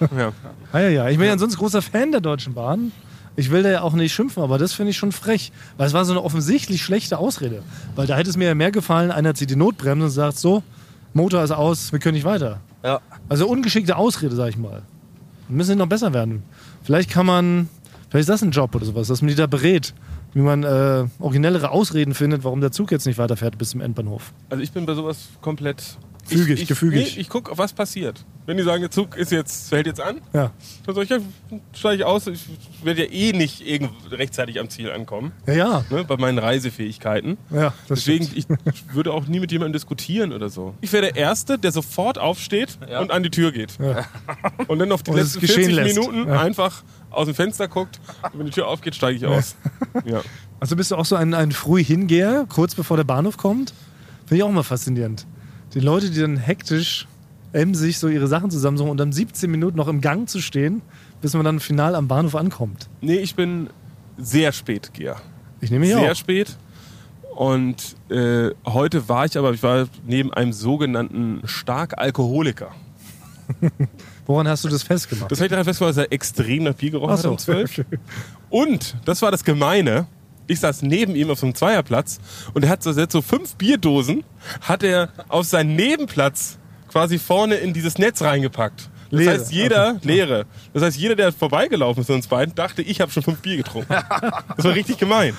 S3: Ha. ja.
S1: Ah, ja, ja. Ich bin ja sonst großer Fan der Deutschen Bahn. Ich will da ja auch nicht schimpfen, aber das finde ich schon frech. Weil es war so eine offensichtlich schlechte Ausrede. Weil da hätte es mir ja mehr gefallen, einer zieht die Notbremse und sagt so, Motor ist aus, wir können nicht weiter.
S2: Ja.
S1: Also ungeschickte Ausrede, sag ich mal. Wir müssen noch besser werden. Vielleicht kann man, vielleicht ist das ein Job oder sowas, dass man die da berät, wie man äh, originellere Ausreden findet, warum der Zug jetzt nicht weiterfährt bis zum Endbahnhof.
S3: Also ich bin bei sowas komplett
S1: Fügig,
S3: ich, ich,
S1: gefügig.
S3: Nee, ich gucke, was passiert. Wenn die sagen, der Zug ist jetzt, hält jetzt an,
S1: ja.
S3: dann sag ich, ja, steige ich aus. Ich werde ja eh nicht irgend rechtzeitig am Ziel ankommen.
S1: ja, ja,
S3: Ne, bei meinen Reisefähigkeiten.
S1: ja. Das
S3: Deswegen,
S1: stimmt.
S3: ich würde auch nie mit jemandem diskutieren oder so. Ich wäre der Erste, der sofort aufsteht und an die Tür geht. Und dann auf die
S1: Und es
S3: letzten
S1: geschehen
S3: 40
S1: lässt.
S3: Minuten
S1: Ja.
S3: einfach aus dem Fenster guckt. Und wenn die Tür aufgeht, steige ich aus. Ja.
S1: Also bist du auch so ein, ein Frühhingeher, kurz bevor der Bahnhof kommt? Finde ich auch mal faszinierend. Die Leute, die dann hektisch emsig so ihre Sachen zusammensuchen und dann 17 Minuten noch im Gang zu stehen, bis man dann final am Bahnhof ankommt.
S3: Nee, ich bin sehr spät, Gear.
S1: Ich nehme hier
S3: sehr
S1: auch.
S3: spät. Und äh, heute war ich aber, ich war neben einem sogenannten Starkalkoholiker.
S1: Woran hast du das festgemacht?
S3: Das habe ich daran festgemacht, dass er extrem nach Bier gerochen
S1: Ach
S3: hat
S1: so.
S3: um 12. Und, das war das Gemeine, ich saß neben ihm auf so einem Zweierplatz und er hat so, er hat so fünf Bierdosen, hat er auf seinen Nebenplatz quasi vorne in dieses Netz reingepackt. Das
S1: Leere.
S3: heißt, jeder, leere. Das heißt, jeder, der vorbeigelaufen ist an uns beiden, dachte, ich habe schon fünf Bier getrunken. Das war richtig gemein.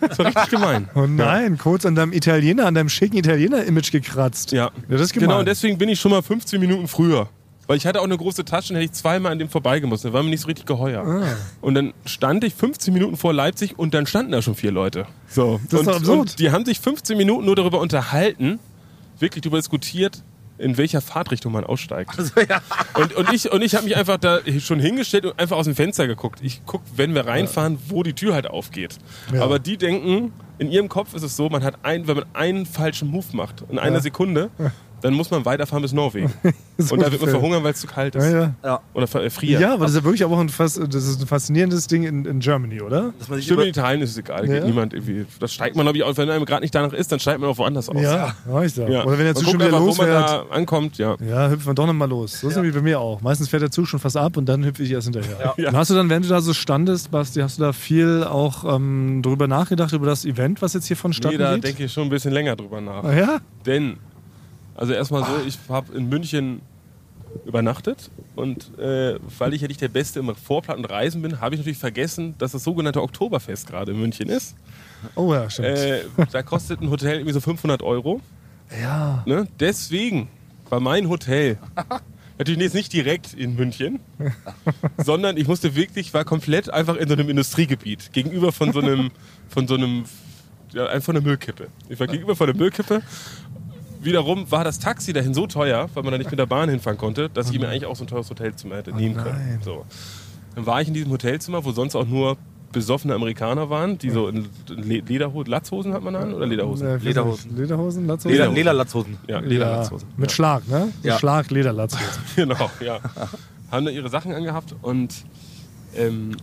S3: Das war richtig gemein.
S1: Oh nein, kurz an deinem Italiener, an deinem schicken Italiener-Image gekratzt.
S3: Ja.
S1: das ist gemein.
S3: Genau, und deswegen bin ich schon mal 15 Minuten früher. Weil ich hatte auch eine große Tasche und hätte ich zweimal an dem vorbeigemusst. Da war mir nicht so richtig geheuer.
S1: Ah.
S3: Und dann stand ich 15 Minuten vor Leipzig und dann standen da schon vier Leute. So.
S1: Das ist
S3: und,
S1: doch absurd.
S3: Und die haben sich 15 Minuten nur darüber unterhalten, wirklich darüber diskutiert, in welcher Fahrtrichtung man aussteigt. Und, und ich, und ich habe mich einfach da schon hingestellt und einfach aus dem Fenster geguckt. Ich guck, wenn wir reinfahren, wo die Tür halt aufgeht.
S1: Ja.
S3: Aber die denken, in ihrem Kopf ist es so, man hat ein, wenn man einen falschen Move macht in einer Sekunde, dann muss man weiterfahren bis Norwegen.
S1: So
S3: und da wird man
S1: ungefähr.
S3: verhungern, weil es zu kalt ist.
S1: ja, ja.
S2: Ja.
S3: Oder ver- äh, frieren.
S1: ja, aber das ist ja wirklich aber auch ein, fas das ist ein faszinierendes Ding in, in Germany, oder?
S2: Dass man sich
S3: Stimmt,
S2: über,
S3: in Italien ist es egal. Da
S1: Ja.
S3: Geht niemand irgendwie. Das steigt man, glaube ich, auch, wenn einem gerade nicht danach ist, dann steigt man auch woanders aus.
S1: Ja, ja. ich sag.
S3: Ja.
S1: Oder wenn der
S3: Man
S1: Zug schon
S3: guckt
S1: wieder
S3: einfach,
S1: los
S3: wo man
S1: wäre.
S3: da ankommt, ja.
S1: Ja, hüpfen wir doch nochmal los. So ist nämlich bei mir auch. Meistens fährt der Zug schon fast ab und dann hüpfe ich erst hinterher.
S3: Ja.
S1: Und Hast du dann, während du da so standest, Basti, hast du da viel auch ähm, drüber nachgedacht, über das Event, was jetzt hier vonstatten
S3: Nee, da
S1: geht?
S3: denke ich schon ein bisschen länger drüber nach.
S1: Ah, ja?
S3: Denn, also erstmal so, ich habe in München übernachtet und äh, weil ich ja nicht der Beste im Vorplan und Reisen bin, habe ich natürlich vergessen, dass das sogenannte Oktoberfest gerade in München ist.
S1: Oh ja, stimmt.
S3: Äh, da kostet ein Hotel irgendwie so 500 Euro.
S1: ja.
S3: Ne? Deswegen war mein Hotel natürlich jetzt nicht direkt in München, sondern ich musste wirklich, war komplett einfach in so einem Industriegebiet, gegenüber von so einem, von so einem, ja, einfach von einer Müllkippe. Ich war gegenüber von der Müllkippe. Wiederum war das Taxi dahin so teuer, weil man da nicht mit der Bahn hinfahren konnte, dass ich mir eigentlich auch so ein teures Hotelzimmer hätte nehmen können.
S1: nein.
S3: So. Dann war ich in diesem Hotelzimmer, wo sonst auch nur besoffene Amerikaner waren, die so in Le- Lederhosen, Latzhosen hat man an oder Lederhosen?
S1: Äh, ich weiß
S2: Lederhosen.
S1: nicht. Lederhosen, Latzhosen?
S2: Leder,
S3: Lederhosen.
S2: Lederlatzhosen.
S3: Ja,
S1: Ja,
S3: Lederlatzhosen.
S1: mit Schlag, ne? So
S2: Ja.
S1: Schlag, Lederlatzhosen.
S3: genau, ja. Haben da ihre Sachen angehabt und ähm,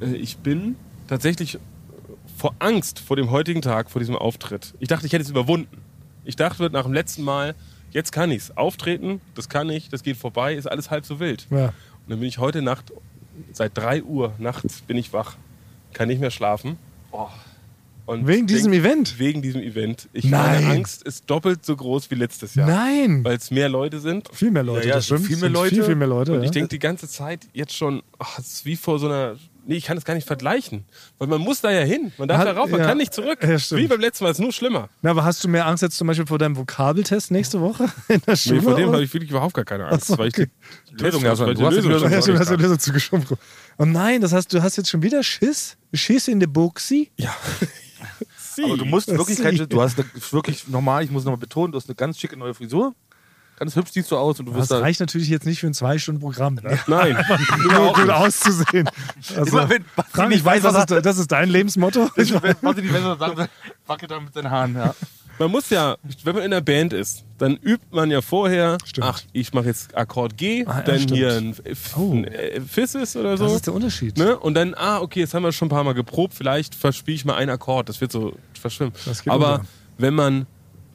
S3: äh, ich bin tatsächlich vor Angst vor dem heutigen Tag, vor diesem Auftritt. Ich dachte, ich hätte es überwunden. Ich dachte nach dem letzten Mal, jetzt kann ich es. Auftreten, das kann ich, das geht vorbei, ist alles halb so wild.
S1: Ja.
S3: Und dann bin ich heute Nacht, seit 3 Uhr nachts bin ich wach, kann nicht mehr schlafen.
S1: Oh,
S3: Und
S1: Wegen diesem
S3: denk-
S1: Event?
S3: Wegen diesem Event. Ich,
S1: Nein.
S3: Meine Angst ist doppelt so groß wie letztes Jahr.
S1: Nein!
S3: Weil es mehr Leute sind
S1: Viel mehr Leute,
S2: Ja, ja,
S1: das stimmt.
S2: viel mehr
S1: Sind Viel,
S2: Leute.
S1: viel mehr Leute.
S3: und ich
S1: ja.
S3: denke die ganze Zeit jetzt schon, ach, es ist wie vor so einer. Nee, ich kann es gar nicht vergleichen. Weil man muss da ja hin. Man darf
S1: Hat-
S3: da rauf, man
S1: ja.
S3: kann nicht zurück.
S1: Ja, stimmt.
S3: wie beim letzten Mal, ist nur schlimmer.
S1: Na, aber hast du mehr Angst jetzt zum Beispiel vor deinem Vokabeltest nächste Woche in der Schule?
S3: Nee, vor dem
S1: oder?
S3: habe ich wirklich überhaupt gar keine Angst,
S1: Ach so,
S3: weil ich die
S1: okay.
S3: Lösung
S2: Du hast
S3: habe, weil ich die
S2: die
S3: Lösung
S2: Lösung
S3: schon
S1: Ja, stimmt, hast du
S3: habe.
S1: Lösung zugeschoben. Oh nein, das heißt, du hast jetzt schon wieder Schiss? Schiss in der Buxi?
S3: Ja.
S2: Aber du musst wirklich,
S1: Sie.
S2: kein, du hast eine, wirklich nochmal, ich muss nochmal betonen, du hast eine ganz schicke neue Frisur. Ganz hübsch siehst du aus und du wirst
S1: Das reicht natürlich jetzt nicht für ein Zwei-Stunden-Programm. Ne?
S3: Nein.
S1: Nur gut auszusehen. Also,
S2: Immer wenn Basti
S1: Frank,
S2: nicht
S1: ich weiß,
S2: weiß, was
S1: das ist, das ist dein Lebensmotto.
S2: da. Was ich nicht besser sagen, wackelt da mit seinen Haaren. Ja.
S3: Man muss ja, wenn man in der Band ist, dann übt man ja vorher,
S1: Stimmt.
S3: ach, ich mache jetzt Akkord G,
S1: Ah, ja,
S3: dann
S1: stimmt.
S3: hier ein, F
S1: Oh.
S3: ein äh, Fissis oder so.
S1: Das ist der Unterschied.
S3: Ne? Und dann, ah, okay, jetzt haben wir schon ein paar Mal geprobt, vielleicht verspiele ich mal einen Akkord, das wird so verschwimmen.
S1: Das geht
S3: Aber
S1: unter.
S3: wenn man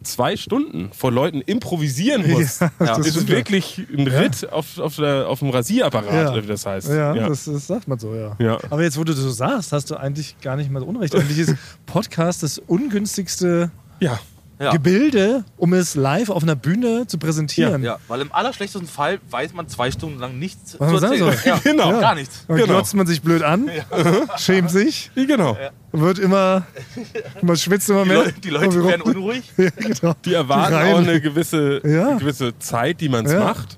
S3: zwei Stunden vor Leuten improvisieren muss,
S1: Ja, das
S3: ist es
S1: stimmt.
S3: wirklich ein Ritt auf, auf, der, auf dem Rasierapparat,
S1: Ja.
S3: oder wie das heißt.
S1: Ja,
S3: Ja.
S1: Das, das sagt man so, ja.
S3: Ja.
S1: Aber jetzt, wo du das so Also, sagst, hast du eigentlich gar nicht mal so Unrecht. Eigentlich ist Podcast das ungünstigste
S3: ja.
S2: Ja.
S1: Gebilde, um es live auf einer Bühne zu präsentieren.
S2: Ja, weil im allerschlechtesten Fall weiß man zwei Stunden lang nichts
S1: Ähm, Was man sagen soll.
S2: Ja,
S3: Genau.
S2: Gar nichts.
S1: Dann
S3: Genau.
S1: glotzt man sich blöd an, schämt sich,
S3: Ja, genau.
S1: wird immer, man schwitzt immer
S2: Die,
S1: mehr.
S2: Leu die Leute
S1: Und
S2: werden
S1: wir-
S2: unruhig.
S1: ja, genau.
S3: Die erwarten
S1: Rein.
S3: auch eine gewisse,
S1: Ja.
S3: eine gewisse Zeit, die man es
S1: Ja.
S3: macht.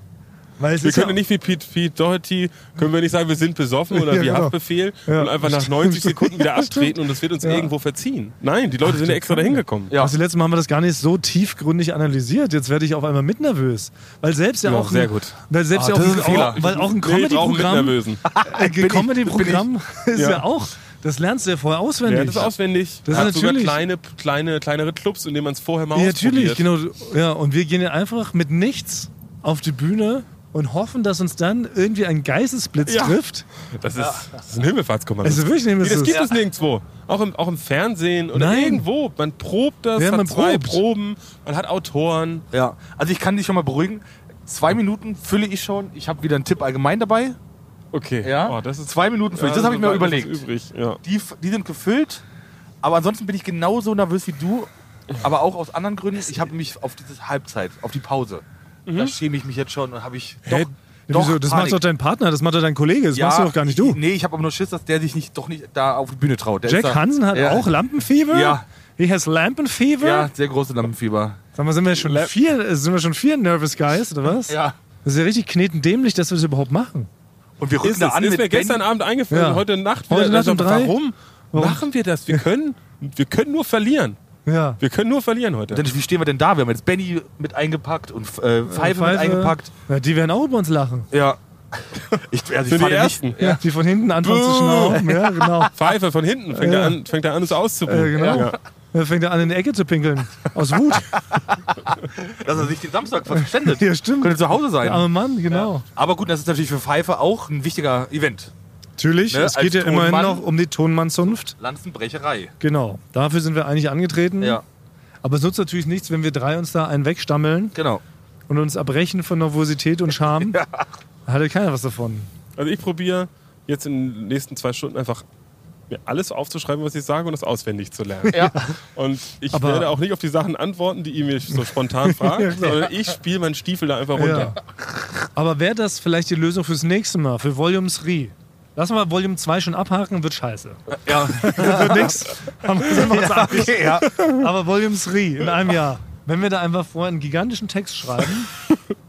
S1: Weil es
S3: Wir
S1: ist ja
S3: können ja nicht wie Pete, Pete Doherty, können wir nicht sagen, wir sind besoffen oder
S1: Ja,
S3: wie
S1: genau.
S3: Haftbefehl
S1: Ja.
S3: und einfach nach 90 Sekunden wieder abtreten und das wird uns irgendwo verziehen. Nein, die Leute sind ja extra dahin gekommen.
S2: Ja.
S1: Also letztes Mal haben wir das gar nicht so tiefgründig analysiert. Jetzt werde ich auf einmal mit nervös. Weil selbst ja,
S3: Ja,
S1: auch.
S3: sehr
S1: ein,
S3: gut.
S1: Weil selbst
S2: Ah,
S1: ja
S2: das
S1: auch,
S2: ist ein
S1: ein,
S2: Fehler.
S1: auch, weil auch ein
S3: Nee, brauchen mit
S1: Comedy-Programm.
S3: Nervösen.
S1: Ein Comedy-Programm ist ja.
S3: Ja.
S1: auch. Das lernst du ja vorher auswendig.
S3: Ja, das ist auswendig.
S1: Das ist
S3: Hat sogar
S1: natürlich-
S3: kleine, kleine, kleinere Clubs, in denen man es vorher mal
S1: Ja, natürlich,
S3: ausprobiert.
S1: genau. Ja, und wir gehen ja einfach mit nichts auf die Bühne und hoffen, dass uns dann irgendwie ein Geistesblitz
S3: Ja.
S1: trifft.
S3: Das ist, das ist ein Himmelfahrtskommando.
S1: Also wirklich, nehmen wir
S3: Nee, das
S1: es.
S3: gibt es nirgendwo. Auch im, auch im Fernsehen oder
S1: Nein.
S3: irgendwo. Man probt das,
S1: Ja,
S3: hat
S1: man
S3: zwei
S1: probt.
S3: Proben, man hat Autoren.
S2: Ja. Also ich kann dich schon mal beruhigen. Zwei Minuten fülle ich schon. Ich habe wieder einen Tipp allgemein dabei.
S3: Okay.
S2: Ja.
S3: Oh, das ist,
S2: Zwei Minuten fülle ich. Das
S3: Ja,
S2: habe ich mir
S3: ist
S2: überlegt.
S3: Übrig. Ja.
S2: Die, f- die sind gefüllt. Aber ansonsten bin ich genauso nervös wie du. Aber auch aus anderen Gründen. Ich habe mich auf diese Halbzeit, auf die Pause. Da schäme ich mich jetzt schon und habe ich doch,
S1: Hä?
S2: doch
S1: Wieso? Das
S2: Panik.
S1: macht doch dein Partner, das macht doch dein Kollege, das machst du doch gar nicht du.
S2: Nee, ich habe aber nur Schiss, dass der sich nicht, doch nicht da auf die Bühne traut. Der ist
S1: Jack
S2: da,
S1: Hansen hat
S2: ja,
S1: auch Lampenfieber.
S2: Ja.
S1: He has Lampenfieber.
S2: Ja, sehr große Lampenfieber.
S1: Sag mal, sind wir schon
S3: La-
S1: vier, sind wir schon vier Nervous Guys, oder was?
S2: Ja.
S1: Das ist ja richtig knetendämlich, dass wir das überhaupt machen.
S2: Und wir rücken
S3: Ist,
S2: da an
S3: ist
S2: mit
S3: mir gestern
S2: Ben.
S3: Abend eingefallen,
S1: Ja.
S3: heute Nacht. wieder-
S1: Heute Nacht um
S3: also,
S1: drei?
S3: Warum, machen wir das? Wir können, wir können nur verlieren.
S1: Ja.
S3: Wir können nur verlieren heute.
S2: Denn wie stehen wir denn da? Wir haben jetzt Benny mit eingepackt und äh, Pfeife, mit eingepackt.
S1: Ja, die werden auch über uns lachen.
S2: Ja. Ich, also
S3: Sind
S2: ich
S3: die
S2: fahre ja nicht.
S3: Ersten.
S1: Ja. Die von hinten anfangen zu
S3: Buh.
S1: schnauben. Ja, genau.
S3: Pfeife von hinten fängt,
S1: Ja.
S3: er, an, fängt er an, es auszubuchen.
S1: Äh, genau.
S3: Ja.
S1: Da fängt er an, in die Ecke zu pinkeln. Aus Wut.
S2: Dass er sich den Samstag verschwendet.
S1: Ja, stimmt.
S2: Könnte zu Hause sein.
S1: Der arme Mann, genau.
S2: Aber gut, das ist natürlich für Pfeife auch ein wichtiger Event.
S1: Natürlich,
S2: Ne,
S1: es geht
S2: als
S1: ja immerhin
S2: Tonmann.
S1: noch um die Tonmannszunft.
S2: Lanzenbrecherei.
S1: Genau. Dafür sind wir eigentlich angetreten.
S2: Ja,
S1: Aber es nutzt natürlich nichts, wenn wir drei uns da einen wegstammeln
S2: genau.
S1: und uns erbrechen von Nervosität und Scham. Da hat ja keiner was davon.
S3: Also ich probiere jetzt in den nächsten zwei Stunden einfach mir alles aufzuschreiben, was ich sage und das auswendig zu lernen. Und ich
S1: Aber-
S3: werde auch nicht auf die Sachen antworten, die ihr mir so spontan fragt,
S1: Ja, klar.
S3: sondern ich spiele meinen Stiefel da einfach runter.
S1: Aber wäre das vielleicht die Lösung fürs nächste Mal, für Volume 3? Lassen wir Volume 2 schon abhaken, wird scheiße.
S2: Ja.
S1: Wird nix. Haben wir- sind wir uns einig.
S2: Okay, ja.
S1: Aber Volume 3 in einem Jahr. Wenn wir da einfach vorher einen gigantischen Text schreiben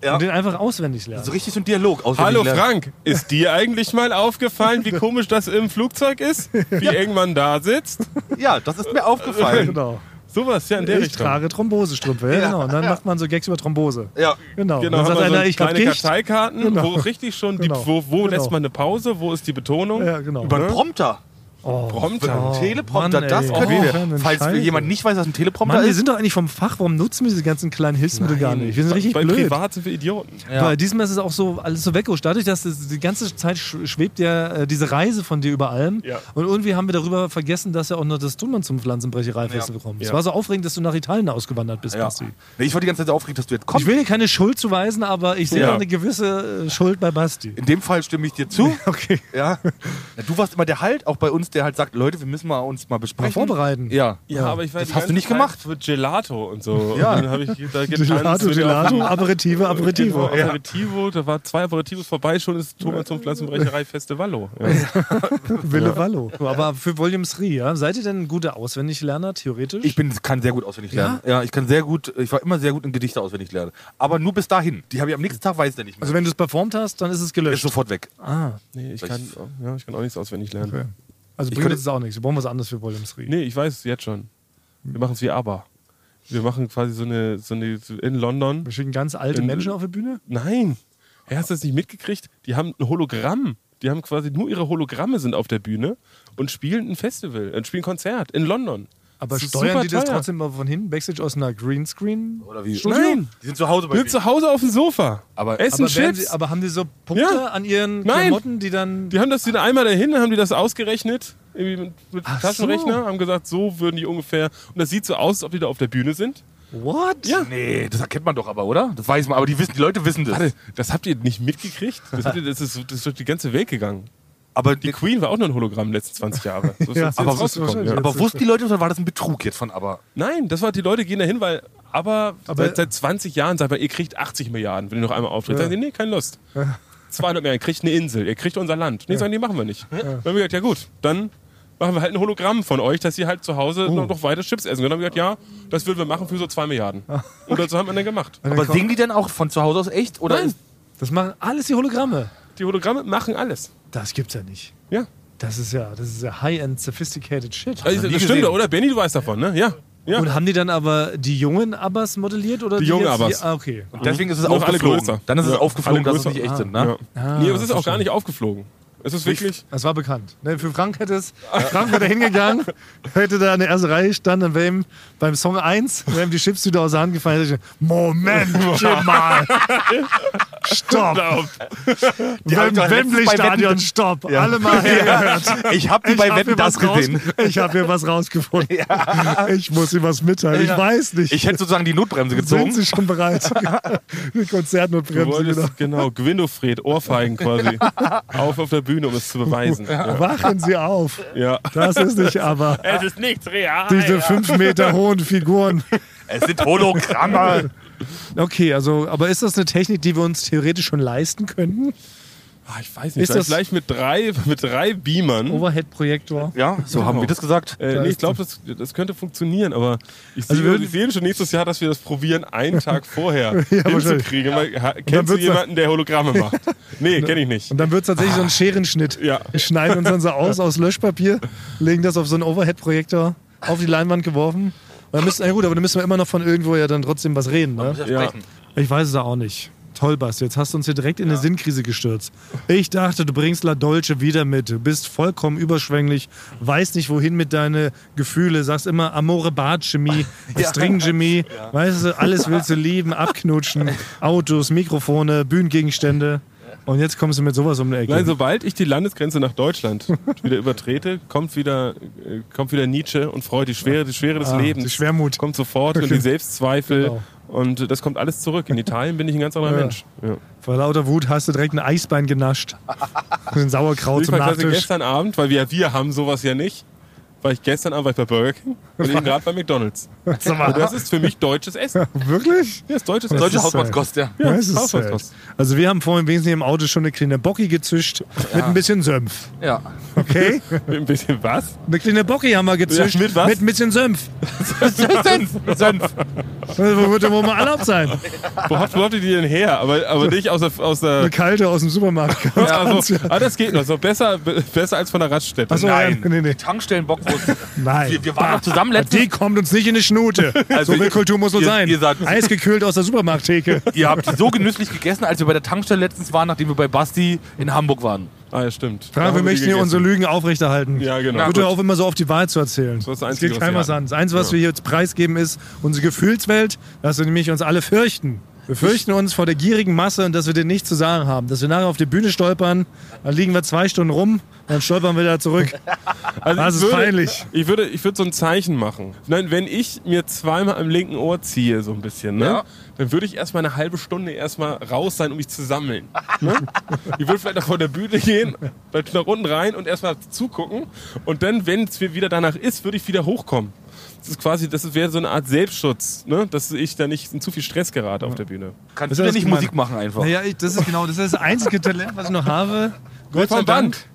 S2: Ja.
S1: und den einfach auswendig lernen.
S2: So also richtig so ein Dialog. auswendig
S3: Hallo
S2: lernen.
S3: Frank, ist dir eigentlich mal aufgefallen, wie komisch das im Flugzeug ist? Wie eng man da sitzt?
S2: Ja, das ist mir aufgefallen.
S1: Genau.
S3: Sowas, ja, in der
S1: Ich
S3: Richtung.
S1: trage Thrombosestrümpfe. Ja, genau. Und dann macht man so Gags über Thrombose.
S2: ja.
S1: Genau. Und
S3: Genau,
S1: dann
S3: haben
S1: sagt
S3: wir so
S1: einer, ich hab
S3: kleine
S1: Gicht.
S3: Karteikarten,
S1: Genau.
S3: wo richtig schon,
S1: Genau.
S3: die, wo, wo
S1: Genau.
S3: lässt man eine Pause, wo ist die Betonung?
S1: Ja, genau.
S2: Über einen Prompter.
S1: oh,
S3: Prompter.
S1: Oh,
S2: Teleprompter,
S1: Mann,
S2: das
S1: ey.
S2: können
S1: Oh,
S2: wir.
S1: Fernsehen,
S2: Falls
S1: Scheiße.
S2: jemand nicht weiß, was ein Teleprompter
S1: Mann, wir
S2: ist.
S1: sind doch eigentlich vom Fach. Warum nutzen wir diese ganzen kleinen Hilfsmittel gar nicht? Wir sind richtig
S3: Bei
S1: blöd.
S3: Privat sind wir Idioten.
S1: Weil diesmal ist es auch so alles so weggerutscht. Dadurch, dass es die ganze Zeit sch- schwebt ja äh, diese Reise von dir über allem.
S3: Ja.
S1: Und irgendwie haben wir darüber vergessen, dass ja auch noch das Tummann zum Pflanzenbrechereifest gekommen ist.
S3: Ja.
S1: Es war so aufregend, dass du nach Italien ausgewandert bist,
S2: Ja.
S1: Basti.
S2: Nee, Ich war die ganze Zeit aufgeregt, dass du jetzt
S1: Ich
S2: kommst.
S1: will dir keine Schuld zuweisen, aber ich sehe
S3: Ja.
S1: da eine gewisse äh, Schuld bei Basti.
S2: In dem Fall stimme ich dir zu.
S1: Okay.
S2: Ja. Na, Du warst immer der Halt, auch bei uns, der halt sagt, Leute, wir müssen mal uns mal
S1: Mal
S2: besprechen.
S1: vorbereiten.
S2: Ja.
S3: Ja, aber ich war
S2: Das
S3: die
S2: hast du
S3: ganze
S2: nicht gemacht.
S3: Zeit Mit Gelato und so.
S2: Ja.
S3: Und dann habe ich da getanzt.
S1: Gelato,
S3: mit auf
S1: Gelato,
S3: dem
S1: Aperitive, Aperitivo.
S3: Genau, Aperitivo, da war zwei Aperitivos vorbei, schon ist Thomas zum Pflanzenbrecherei Festivallo. Ja.
S1: Wille Wallo. Aber für Volume 3, ja? Seid ihr denn ein guter Auswendiglerner, theoretisch?
S2: Ich bin, kann sehr gut auswendig lernen. Ja? ich kann sehr gut, ich war immer sehr gut in Gedichte auswendig lernen. Aber nur bis dahin. Die habe ich am nächsten Tag, weiß der nicht mehr.
S1: also wenn du es performt hast, dann ist es
S2: ist
S1: gelöscht.
S2: sofort weg.
S3: Nee, ich kann, ja, ich kann auch nichts auswendig lernen.
S1: Also
S2: Ich
S1: bringt
S2: könnte-
S1: uns das auch nichts. Wir brauchen was anderes für Volume 3.
S3: Nee, ich weiß es jetzt schon. Wir machen es wie aber. Wir machen quasi so eine, so eine so in London.
S1: Wir schicken ganz alte
S3: Ähm,
S1: Menschen auf die Bühne?
S3: Nein, Hä, hast du das nicht mitgekriegt? Die haben ein Hologramm. Die haben quasi nur ihre Hologramme sind auf der Bühne und spielen ein Festival, äh, spielen ein Konzert in London.
S1: Aber
S3: Das ist
S1: steuern
S3: super
S1: die das
S3: teuer.
S1: trotzdem mal von hinten, Backstage aus einer Greenscreen?
S2: Oder wie?
S1: Studio?
S3: Nein.
S2: Die sind zu Hause bei
S3: Wir sind zu Hause auf dem Sofa.
S2: Aber-
S3: Essen
S1: Aber, werden
S3: Chips.
S1: sie, aber haben die so Punkte
S3: Ja.
S1: an ihren
S3: Nein.
S1: Klamotten, die dann.
S3: Die haben das dann einmal dahin, dann haben die das ausgerechnet, irgendwie mit, mit
S1: Ach
S3: Taschenrechner,
S1: so.
S3: haben gesagt, so würden die ungefähr. Und das sieht so aus, als ob die da auf der Bühne sind.
S1: What?
S3: Ja.
S2: Nee, das erkennt man doch aber, oder? Das weiß man, aber die wissen, die Leute wissen das.
S3: Warte, das habt ihr nicht mitgekriegt? Das, habt ihr, das, ist, das ist durch die ganze Welt gegangen.
S2: Aber,
S3: Die Queen war auch nur ein Hologramm die letzten 20 Jahre. So ist
S1: Ja,
S3: jetzt
S1: aber-
S3: rausgekommen.
S1: aber-
S3: Ja.
S2: aber wussten die Leute, oder war das ein Betrug jetzt von aber?
S3: Nein, das war, die Leute gehen dahin, weil aber,
S1: Aber-
S3: seit, seit 20 Jahren sagt man, ihr kriegt 80 Milliarden, wenn ihr noch einmal auftritt. Sagen die, nee, keine Lust. 200 Milliarden, ihr kriegt eine Insel, ihr kriegt unser Land. Nee, sagen die, machen wir nicht. Dann haben wir gesagt, ja gut, dann machen wir halt ein Hologramm von euch, dass ihr halt zu Hause noch, noch weiter Chips essen könnt. Dann haben wir gesagt, ja, das würden wir machen für so 2 Milliarden. Und dazu haben wir dann gemacht.
S2: Aber singen die dann auch von zu Hause aus echt? Oder
S3: Nein.
S2: ist-
S1: Das machen alles die Hologramme.
S3: Die Hologramme machen alles.
S1: Das gibt's ja nicht.
S3: Ja.
S1: Das ist ja, das ist ja high-end sophisticated shit.
S3: Also,
S2: nie
S3: das stimmt,
S2: gesehen.
S3: oder? Benny, du weißt davon, ne? Ja. ja.
S1: Und haben die dann aber die jungen Abbas modelliert oder
S3: Die jungen
S1: jetzt-
S3: Abbas.
S1: Ah, okay.
S2: deswegen ist es
S3: Noch alle
S2: aufgeflogen.
S3: größer.
S2: Dann ist es
S3: Ja,
S2: aufgeflogen,
S3: alle
S2: dass es
S3: größer.
S2: nicht echt sind.
S1: Ah.
S2: Ne?
S1: Ah,
S3: nee, aber es ist auch
S1: verstehe.
S3: gar nicht aufgeflogen. Es ist wirklich.
S1: Das war bekannt. Ne, für Frank hätte es, Frank wäre da hingegangen, hätte da in der ersten Reihe standen, dann wäre ihm beim Song 1, wäre ihm die Chipstüte aus der Hand gefallen, hätte ich gesagt, Moment mal, stopp,
S2: Die hab
S1: beim
S2: ich doch letztens bei
S1: Wembley-Stadion, stopp, alle mal hergehört.
S2: Wetten- Ich habe die
S1: Ich
S2: bei
S1: hab
S2: Wetten
S1: hier
S2: das
S1: was raus-
S2: gesehen.
S1: Ich habe hier was rausgefunden. Ich muss ihm was mitteilen.
S2: Ja.
S1: Ich weiß nicht.
S2: Ich hätte sozusagen die Notbremse
S1: Sind
S2: gezogen.
S1: Sie schon bereit? Die
S3: Du
S1: Konzertnotbremse. Genau.
S3: wolltest, genau, Gwindofred, Ohrfeigen quasi. auf auf der Bühne, um es zu beweisen. Ja.
S1: Wachen Sie auf.
S3: ja.
S1: Das ist nicht aber.
S3: Es ist nichts real.
S1: Diese fünf Meter hohen Figuren.
S2: Es sind Hologramme.
S1: Okay, also, aber ist das eine Technik, die wir uns theoretisch schon leisten könnten?
S3: Ah, ich weiß nicht,
S1: Ist
S3: ist
S1: das-
S3: das gleich mit drei, mit drei Beamern.
S1: Overhead-Projektor.
S2: Ja, so haben wir das gesagt.
S3: Äh, nee, ich glaube, das, das könnte funktionieren, aber ich
S1: Also
S3: sehe
S1: würden-
S3: ich sehe schon nächstes Jahr, dass wir das probieren, einen Tag vorher
S1: Ja,
S3: hinzukriegen. Weil, ha, kennst du
S1: wird's-
S3: jemanden, der Hologramme macht? Nee, kenne ich nicht.
S1: Und dann wird es tatsächlich so ein Scherenschnitt.
S3: Ah. Ja.
S1: Wir schneiden uns dann so aus aus Löschpapier, legen das auf so einen Overhead-Projektor, auf die Leinwand geworfen. Und dann müssen, na gut, aber dann müssen wir immer noch von irgendwo ja dann trotzdem was reden. Ne?
S3: Ja.
S1: Ich weiß es auch nicht. Toll, Basti, jetzt hast du uns hier direkt in eine Sinnkrise gestürzt. Ich dachte, du bringst La Dolce wieder mit. Du bist vollkommen überschwänglich, weißt nicht, wohin mit deinen Gefühle, sagst immer Amore Bart-Chemie, String-Chemie, weißt du, alles willst du lieben, abknutschen, Autos, Mikrofone, Bühnengegenstände. Und jetzt kommst du mit sowas um die Ecke.
S3: Nein, sobald ich die Landesgrenze nach Deutschland wieder übertrete, kommt wieder, äh, kommt wieder Nietzsche und Freud, die Schwere, die Schwere des
S1: Ah,
S3: Lebens.
S1: die Schwermut.
S3: Kommt sofort und die Selbstzweifel.
S1: Genau.
S3: Und äh, das kommt alles zurück. In Italien bin ich ein ganz anderer
S1: Ja.
S3: Mensch. Ja.
S1: Vor lauter Wut hast du direkt ein Eisbein genascht. Ein Sauerkraut
S3: Ich
S1: zum
S3: war quasi
S1: Nachtisch.
S3: gestern Abend, weil wir, wir haben sowas ja nicht, war ich gestern Abend war ich bei Burger King und eben gerade bei McDonalds.
S1: Sag
S3: Und
S1: mal,
S3: das ist für mich deutsches Essen.
S1: wirklich?
S3: Ja, ist äh, deutsches
S2: Deutsche
S1: ist
S3: Essen.
S2: Hausmannskost, ja.
S3: Ja,
S1: das ist
S3: Hausmannskost.
S1: sad. Also wir haben vorhin wesentlich im Auto schon eine kleine Bocki gezischt mit ein bisschen Senf.
S2: ja.
S1: Okay?
S3: Mit ein bisschen was?
S1: Eine kleine Bocki haben wir gezischt
S3: Ja, mit was?
S1: mit ein bisschen Senf. Also,
S2: Senf. Senf.
S1: Das würde wohl mal erlaubt sein.
S3: Wo habt, wo habt ihr die denn her? Aber, aber nicht aus der. Aus der
S1: Eine kalte aus dem Supermarkt.
S3: also, ah, das geht noch. So besser, besser als von der Raststätte.
S1: Achso,
S2: Also, Nein.
S1: ja, nee, nee.
S2: Tankstellenbockwurst.
S1: Nein.
S2: Wir, wir waren doch zusammen
S1: die
S2: letztens.
S1: kommt uns nicht in die Schnute.
S2: Also
S1: so will
S2: ihr-
S1: Kultur muss so
S2: ihr-
S1: sein.
S2: ihr sagt-
S1: Eisgekühlt aus der Supermarkttheke.
S2: Ihr habt die so genüsslich gegessen, als wir bei der Tankstelle letztens waren, nachdem wir bei Basti in Hamburg waren.
S3: Ah, ja, stimmt. Da
S1: Frank,
S3: haben
S1: wir
S3: die
S1: möchten hier
S3: gegessen.
S1: unsere Lügen aufrechterhalten.
S3: Ja, genau.
S2: Na
S1: Bitte
S2: gut.
S1: auf immer so auf die Wahrheit zu erzählen.
S3: Das ist das
S1: Es
S3: Einzige,
S1: geht
S3: was
S1: keinem
S3: wir
S1: was
S3: haben.
S1: an. Das Einzige, was wir hier jetzt preisgeben, ist unsere Gefühlswelt, dass wir nämlich uns alle fürchten. Wir fürchten uns vor der gierigen Masse und dass wir dir nichts zu sagen haben. Dass wir nachher auf die Bühne stolpern, dann liegen wir zwei Stunden rum, dann stolpern wir da zurück.
S3: Also
S1: Das
S3: ich
S1: ist
S3: würde-
S1: peinlich.
S3: Ich würde, ich würde so ein Zeichen machen. Nein, wenn ich mir zweimal am linken Ohr ziehe, so ein bisschen, ne?
S2: Ja.
S3: Dann würde ich erstmal eine halbe Stunde erstmal raus sein, um mich zu sammeln. Ne? Ich würde vielleicht noch vor der Bühne gehen, vielleicht nach unten rein und erstmal zugucken. Und dann, wenn es mir wieder danach ist, würde ich wieder hochkommen. Das ist quasi, das wäre so eine Art Selbstschutz, ne? dass ich da nicht in zu viel Stress gerate auf der Bühne.
S2: Kannst
S1: Das
S2: du
S1: ist
S2: denn nicht
S1: gemein.
S2: Musik machen einfach?
S1: Naja, ich, das ist genau, das ist das einzige Talent, was ich noch habe. Gott sei
S3: vom
S1: Dank.
S3: Band.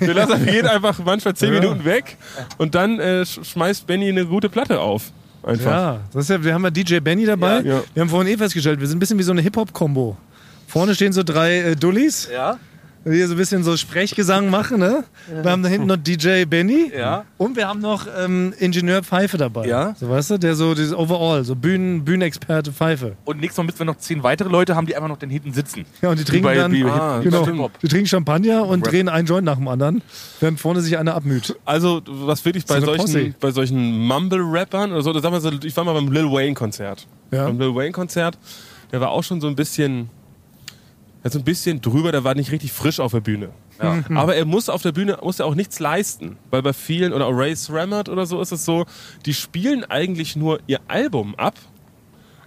S3: Wir lassen wir gehen einfach manchmal zehn
S1: Ja.
S3: Minuten weg und dann äh, sch- schmeißt Benny eine gute Platte auf. Einfach.
S1: Ja, das ist ja, wir haben ja DJ Benny dabei.
S3: Ja. Ja.
S1: Wir haben vorhin eh festgestellt, wir sind ein bisschen wie so eine Hip-Hop-Kombo. Vorne stehen so drei äh, Dullis.
S2: Ja.
S1: die so ein bisschen so Sprechgesang machen, ne? Wir haben da hinten noch DJ Benny
S2: Ja.
S1: und wir haben noch ähm, Ingenieur Pfeife dabei.
S2: Ja.
S1: So weißt du, der so dieses Overall, so Bühnen, Bühnenexperte Pfeife.
S2: Und nächstes Mal müssen wir noch zehn weitere Leute haben, die einfach noch dann hinten sitzen.
S1: Ja, und die trinken
S2: bei-
S1: dann
S2: wie bei Hip-
S3: Ah,
S1: genau,
S2: stimmt.
S1: die trinken Champagner und
S2: Rap.
S1: drehen einen Joint nach dem anderen, während vorne sich einer abmüht.
S3: Also, was wirklich bei,
S1: eine Posse.
S3: solchen, bei solchen Mumble-Rappern oder so, das sag mal so, ich war mal beim Lil Wayne-Konzert.
S1: Ja.
S3: Beim Lil Wayne-Konzert, der war auch schon so ein bisschen, ja, so ein bisschen drüber, der war nicht richtig frisch auf der Bühne. Mhm.
S2: Ja.
S3: Aber er muss auf der Bühne muss er auch nichts leisten, weil bei vielen oder auch Ray Srammert oder so ist es so, die spielen eigentlich nur ihr Album ab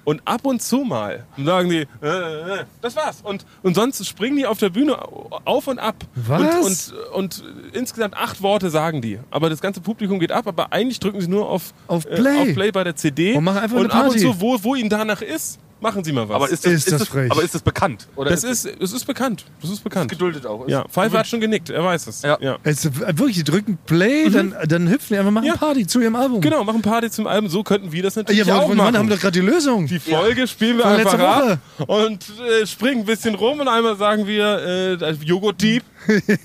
S3: Und ab und zu mal sagen die, äh, äh, das war's. Und, und sonst springen die auf der Bühne auf und ab.
S1: Was?
S3: Und, und, und insgesamt acht Worte sagen die. Aber das ganze Publikum geht ab, aber eigentlich drücken sie nur auf, äh,
S1: Auf Play.
S3: auf Play bei der CD.
S1: Und machen einfach
S3: und
S1: eine
S3: ab und
S1: Party.
S3: zu, wo, wo ihnen danach ist, machen sie mal was.
S2: Aber ist das,
S1: Ist das frech.
S2: aber ist das bekannt? Oder
S3: das ist, es ist bekannt. Das ist bekannt.
S2: geduldet auch? Ist
S3: Ja, Pfeife hat schon genickt, er weiß es.
S2: Also- Ja.
S1: Es, äh, wirklich, die drücken Play, dann, äh, dann hüpfen die einfach, machen
S3: Mhm. Ja.
S1: Party zu ihrem Album.
S3: Genau, machen Party zum Album, so könnten wir das natürlich
S1: Ja, aber
S3: auch
S1: Mann,
S3: machen.
S1: haben wir doch gerade die Lösung.
S3: die Folge spielen wir
S1: Von
S3: einfach
S1: letzter
S3: ab und äh, springen ein bisschen rum und einmal sagen wir äh, Joghurt-Dieb.
S1: ja,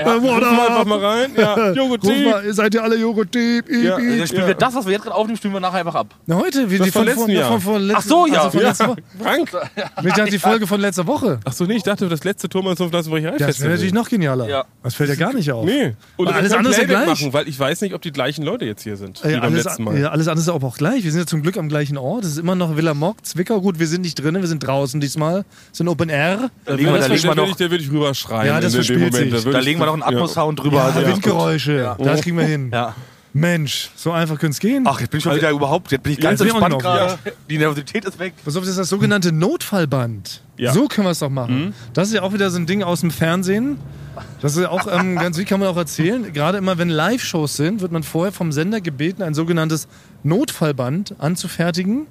S1: Äh,
S3: Rufen wir einfach mal rein. Ja, Joghurt-Dieb.
S1: mal, seid ihr alle Joghurt-Dieb?
S3: Ja,
S2: Dann Also spielen
S3: Ja.
S2: wir das, was wir jetzt gerade aufnehmen, spielen wir nachher einfach ab.
S1: Na, heute, wie
S3: Das
S1: die
S3: von
S1: von,
S3: letzten
S1: von,
S3: Jahr.
S1: von, von letzten,
S2: Ach so, ja.
S1: Also von
S3: Ja.
S1: letzter Woche.
S3: Frank.
S1: Ich dachte, die Folge von letzter Woche.
S3: Achso, nee, ich dachte, das letzte Thomas auf das Reich
S1: Das wäre natürlich noch genialer.
S2: Ja.
S1: Das fällt ja gar nicht auf.
S3: Nee. Und
S1: Aber
S3: wir
S1: alles
S3: können
S1: andere ist ja
S3: Playback
S1: gleich.
S3: machen, weil ich weiß nicht, ob die gleichen Leute jetzt hier sind,
S1: Äh,
S3: wie beim
S1: alles,
S3: letzten Mal.
S1: ja, alles andere ist aber auch gleich. Wir sind ja zum Glück am gleichen Ort. Es ist immer noch Villa Mock, Zwickau. Gut, wir sind nicht drinnen, wir sind draußen diesmal. Es sind Open Air.
S3: Da
S2: legen wir- da legen wir
S3: würde
S2: noch-
S3: ich, da würd ich rüberschreien.
S1: Ja, das
S3: in dem
S1: verspielt
S3: Moment.
S1: sich.
S3: würd
S2: Da
S3: ich-
S2: legen wir noch einen
S3: Ja. Oh.
S2: Atmos-Sound drüber. also-
S1: Windgeräusche. Das kriegen wir hin.
S2: Ja.
S1: Mensch, so einfach könnte es gehen.
S2: Ach, jetzt bin ich schon wieder überhaupt, jetzt bin ich ganz
S1: jetzt bin ich auch
S2: entspannt gerade.
S1: noch-
S2: Die Nervosität ist weg.
S1: Pass auf, das ist das sogenannte Notfallband.
S3: Ja.
S1: So können wir es doch machen. Das ist ja auch wieder so ein Ding aus dem Fernsehen. Das ist ja auch ähm, ganz wie kann man auch erzählen. Gerade immer, wenn Live-Shows sind, wird man vorher vom Sender gebeten, ein sogenanntes Notfallband anzufertigen,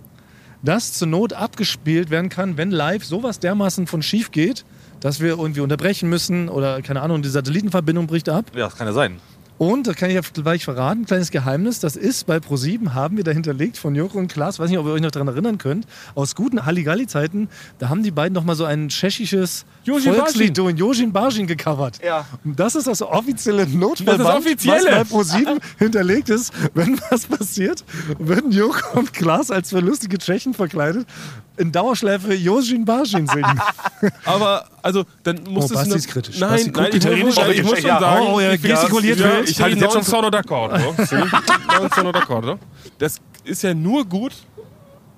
S1: das zur Not abgespielt werden kann, wenn live sowas dermaßen von schief geht, dass wir irgendwie unterbrechen müssen oder keine Ahnung, die Satellitenverbindung bricht ab.
S2: Ja, das kann ja sein.
S1: Und, das kann ich ja gleich verraten, kleines Geheimnis, das ist bei ProSieben haben wir da hinterlegt von Joko und Klaas, weiß nicht, ob ihr euch noch daran erinnern könnt, aus guten Halligalli-Zeiten, da haben die beiden nochmal so ein tschechisches
S3: Jojin
S1: Volkslied
S3: Barschin.
S1: und Jojin Barschin gecovert.
S2: Ja.
S1: Und das ist das offizielle Notfallband,
S3: Das ist das
S1: was
S3: Offizielle.
S1: bei ProSieben hinterlegt ist. Wenn was passiert, werden Joko und Klaas als für lustige Tschechen verkleidet in Dauerschleife Jojin Barschin singen.
S3: Aber, also, dann muss
S1: Oh,
S3: es.
S1: Basti
S3: eine-
S1: ist kritisch.
S3: Nein,
S1: Basti guckt
S3: nein, ich,
S1: italienisch,
S3: muss,
S2: aber
S3: ich muss schon
S2: ja.
S3: sagen.
S1: Oh, er
S3: ich bin-
S1: gestikuliert
S3: ja,
S1: wild.
S3: Ich
S2: Ich halte
S3: halte
S2: jetzt
S3: jetzt schon
S2: schon-
S3: sono d'accordo. Sì, non sono d'accordo. Das ist ja nur gut,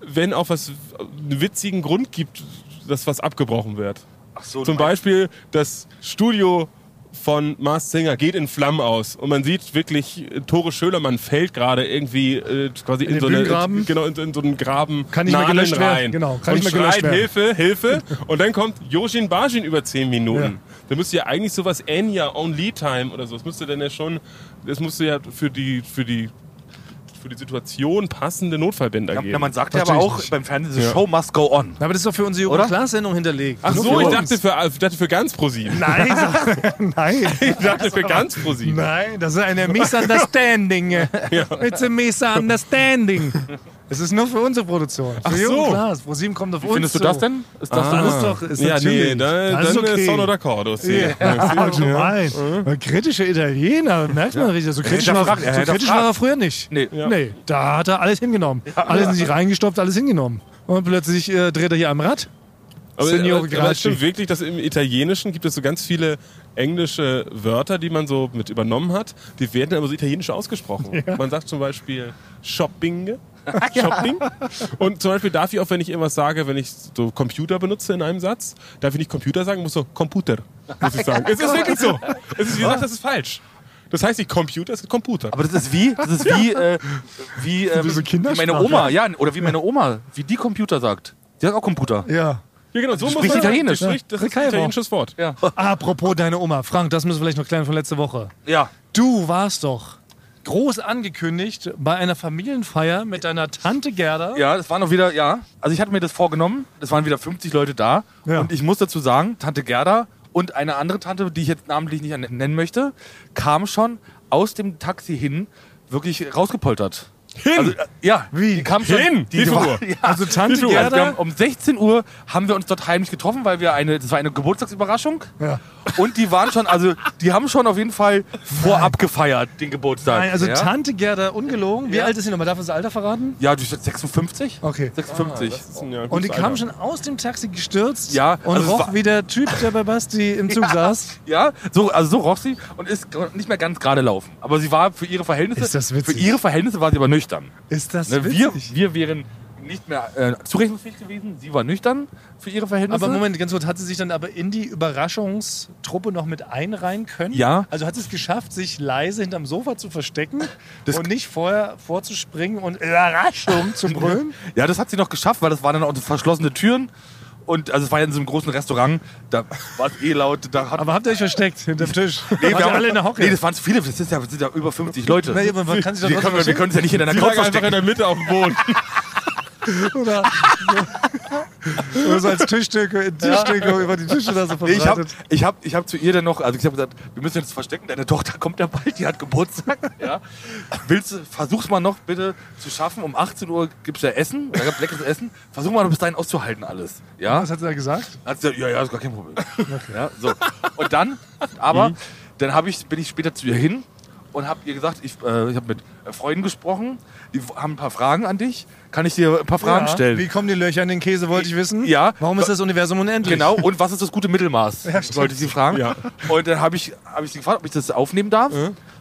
S3: wenn auch was einen witzigen Grund gibt, dass was abgebrochen wird.
S2: Ach so,
S3: Zum Beispiel das Studio von Mars Singer geht in Flammen aus und man sieht wirklich äh, Tore Schölermann fällt gerade irgendwie äh, quasi in,
S1: den
S3: so eine,
S1: Bühnengraben?
S3: genau in, so- in so einen Graben
S1: Kann nicht mehr
S3: Nadeln
S1: gelöscht werden.
S3: rein
S1: Genau, kann
S3: und
S1: nicht mehr gelöscht
S3: schreit
S1: werden.
S3: Hilfe Hilfe und dann kommt Yoshin Bajin über 10 Minuten.
S1: Ja.
S3: Da müsste ja eigentlich sowas Enya Only Time oder so. Das müsste dann ja schon das müsste ja für die für die für die Situation passende Notfallbänder
S2: Ja,
S3: geben.
S2: ja, man sagt ja aber
S1: Natürlich
S2: auch
S1: nicht.
S2: beim Fernsehen, the
S3: Ja.
S2: show must go on.
S1: Aber das ist doch für unsere Joko
S2: Oder?
S1: und Klaas-Sendung hinterlegt.
S3: Ach
S1: Nur
S3: so,
S1: für
S3: ich
S1: uns.
S3: dachte für, ich dachte für ganz ProSieben.
S1: Nein, nein.
S3: Ich dachte für ganz ProSieben.
S1: Nein, das ist eine Misunderstanding. It's a Misunderstanding. Es ist nur für unsere Produktion.
S3: Ach
S1: Jürgen
S3: so.
S1: Klaas, ProSieben kommt auf uns
S2: Findest du
S1: zu.
S2: das denn? Ist das
S1: Ah.
S2: so?
S1: muss doch- ist
S3: ja,
S1: natürlich.
S3: nee, da,
S1: Das ist
S3: dann
S1: okay.
S3: ist Sono d'accordo. sì.
S1: Ja, gemein. Kritische Italiener, merkt man richtig. So kritisch,
S2: Er
S1: war,
S2: hinterfragt,
S1: so
S2: er
S1: kritisch
S2: hinterfragt.
S1: war er früher nicht.
S2: Nee. Ja.
S1: nee, da hat er alles hingenommen. Alles in sich reingestopft, alles hingenommen. Und plötzlich äh, dreht er hier am Rad.
S3: Aber,
S1: Signore
S3: aber, aber
S1: Gracchi.
S3: es stimmt wirklich, dass im Italienischen gibt es so ganz viele englische Wörter, die man so mit übernommen hat. Die werden aber so italienisch ausgesprochen. Man sagt zum Beispiel Shopping. Shopping. Und zum Beispiel darf ich auch, wenn ich irgendwas sage, wenn ich so Computer benutze in einem Satz, darf ich nicht Computer sagen, muss so Computer. Muss ich sagen. es ist wirklich so. Es ist, wie gesagt, das ist falsch. Das heißt nicht Computer, es ist Computer.
S2: Aber das ist wie, das ist wie, äh, wie, ähm,
S1: so
S2: wie meine
S1: Kindersprache.
S2: Oma, ja, oder wie meine Oma, wie die Computer sagt. Die sagt auch Computer.
S1: Ja.
S3: ja, genau, so muss
S2: spricht
S3: man
S2: Italienisch,
S1: ne?
S3: Das, spricht, das ist ein
S1: Recaivo.
S3: italienisches Wort.
S2: Ja.
S1: Apropos deine Oma. Frank, das müssen wir vielleicht noch klären von letzter Woche.
S2: ja.
S1: Du warst doch groß angekündigt bei einer Familienfeier mit deiner Tante Gerda.
S2: Ja, das waren auch wieder, ja. Also ich hatte mir das vorgenommen, es waren wieder 50 Leute da.
S1: Ja.
S2: Und ich muss dazu sagen, Tante Gerda und eine andere Tante, die ich jetzt namentlich nicht nennen möchte, kam schon aus dem Taxi hin, wirklich rausgepoltert.
S3: Hin!
S2: Also, äh, ja,
S1: Wie?
S2: Die kam schon,
S3: Hin?
S2: Die,
S3: Wie viel
S2: die
S3: Uhr?
S2: war- Ja.
S1: Also Tante
S2: Also wir
S1: Gerda.
S2: haben, um 16 Uhr haben wir uns dort heimlich getroffen, weil wir eine, das war eine Geburtstagsüberraschung.
S1: Ja.
S2: Und die waren schon, also die haben schon auf jeden Fall vorab gefeiert, den Geburtstag.
S1: Nein, also
S2: ja?
S1: Tante Gerda, ungelogen. Wie
S2: Ja.
S1: alt ist sie nochmal? Darf ich das Alter verraten?
S2: Ja, du bist 56?
S1: Okay.
S2: 56.
S3: Das ist ein, ja,
S1: Und die
S3: gutes
S1: kam
S3: Alter.
S1: schon aus dem Taxi gestürzt
S2: Ja,
S1: und
S2: also es
S1: roch
S2: war-
S1: wie der Typ, der bei Basti im Zug saß.
S2: Ja, so, also so roch sie und ist gr- nicht mehr ganz gerade laufen. Aber sie war für ihre Verhältnisse.
S1: Ist das witzig.
S2: Für ihre Verhältnisse war sie aber nüchtern.
S1: Ist das
S2: Ne, wir, wir wären nicht mehr äh, zurechnungsfähig gewesen. Sie war nüchtern für ihre Verhältnisse.
S4: Aber Moment, ganz kurz, hat sie sich dann aber in die Überraschungstruppe noch mit einreihen können?
S2: Ja.
S4: Also hat sie es geschafft, sich leise hinterm Sofa zu verstecken
S2: Das-
S4: und nicht vorher vorzuspringen und Überraschung zu brüllen?
S2: Ja, das hat sie noch geschafft, weil das waren dann auch so verschlossene Türen. Und also es war ja in so einem großen Restaurant, da war es eh laut. Da hat,
S4: Aber habt ihr euch versteckt hinterm Tisch?
S2: nee,
S4: Wart ihr alle in der Hocke?
S2: Nee, das waren zu viele, das sind ja, das sind ja über 50 Leute.
S4: Nee, aber man kann sich doch
S2: wir,
S4: trotzdem
S2: können, wir können uns ja nicht in einer
S3: Die
S2: Couch
S3: lag einfach in
S2: verstecken.
S3: der Mitte auf dem Boden.
S1: Oder so als
S4: äh,
S1: Tischdeko, in Tischdeko über die Tische da so
S2: Nee, ich habe
S1: verbreitet.
S2: ich hab, ich hab zu ihr dann noch, also ich habe gesagt, wir müssen jetzt verstecken, deine Tochter kommt ja bald, die hat Geburtstag. Ja. Willst du, versuch's mal noch bitte zu schaffen, um 18 Uhr gibt's ja Essen, da gibt's leckeres Essen, versuch mal bis dahin auszuhalten alles. Ja,
S4: Was Ah, hat sie da gesagt?
S2: Hat sie gesagt, ja, ja, ist gar kein Problem. Ja, so. Und dann, aber, dann hab ich, bin ich später zu ihr hin und habe ihr gesagt, ich, äh, ich habe mit äh, Freunden gesprochen, die f- haben ein paar Fragen an dich. Kann ich dir ein paar Fragen
S4: Ja,
S2: stellen?
S1: Wie kommen die Löcher in den Käse, wollte ich wissen.
S2: Ja.
S1: Warum ist das Universum unendlich?
S2: Genau, und was ist das gute Mittelmaß? sollte sie fragen. Und dann habe ich, hab ich sie gefragt, ob ich das aufnehmen darf.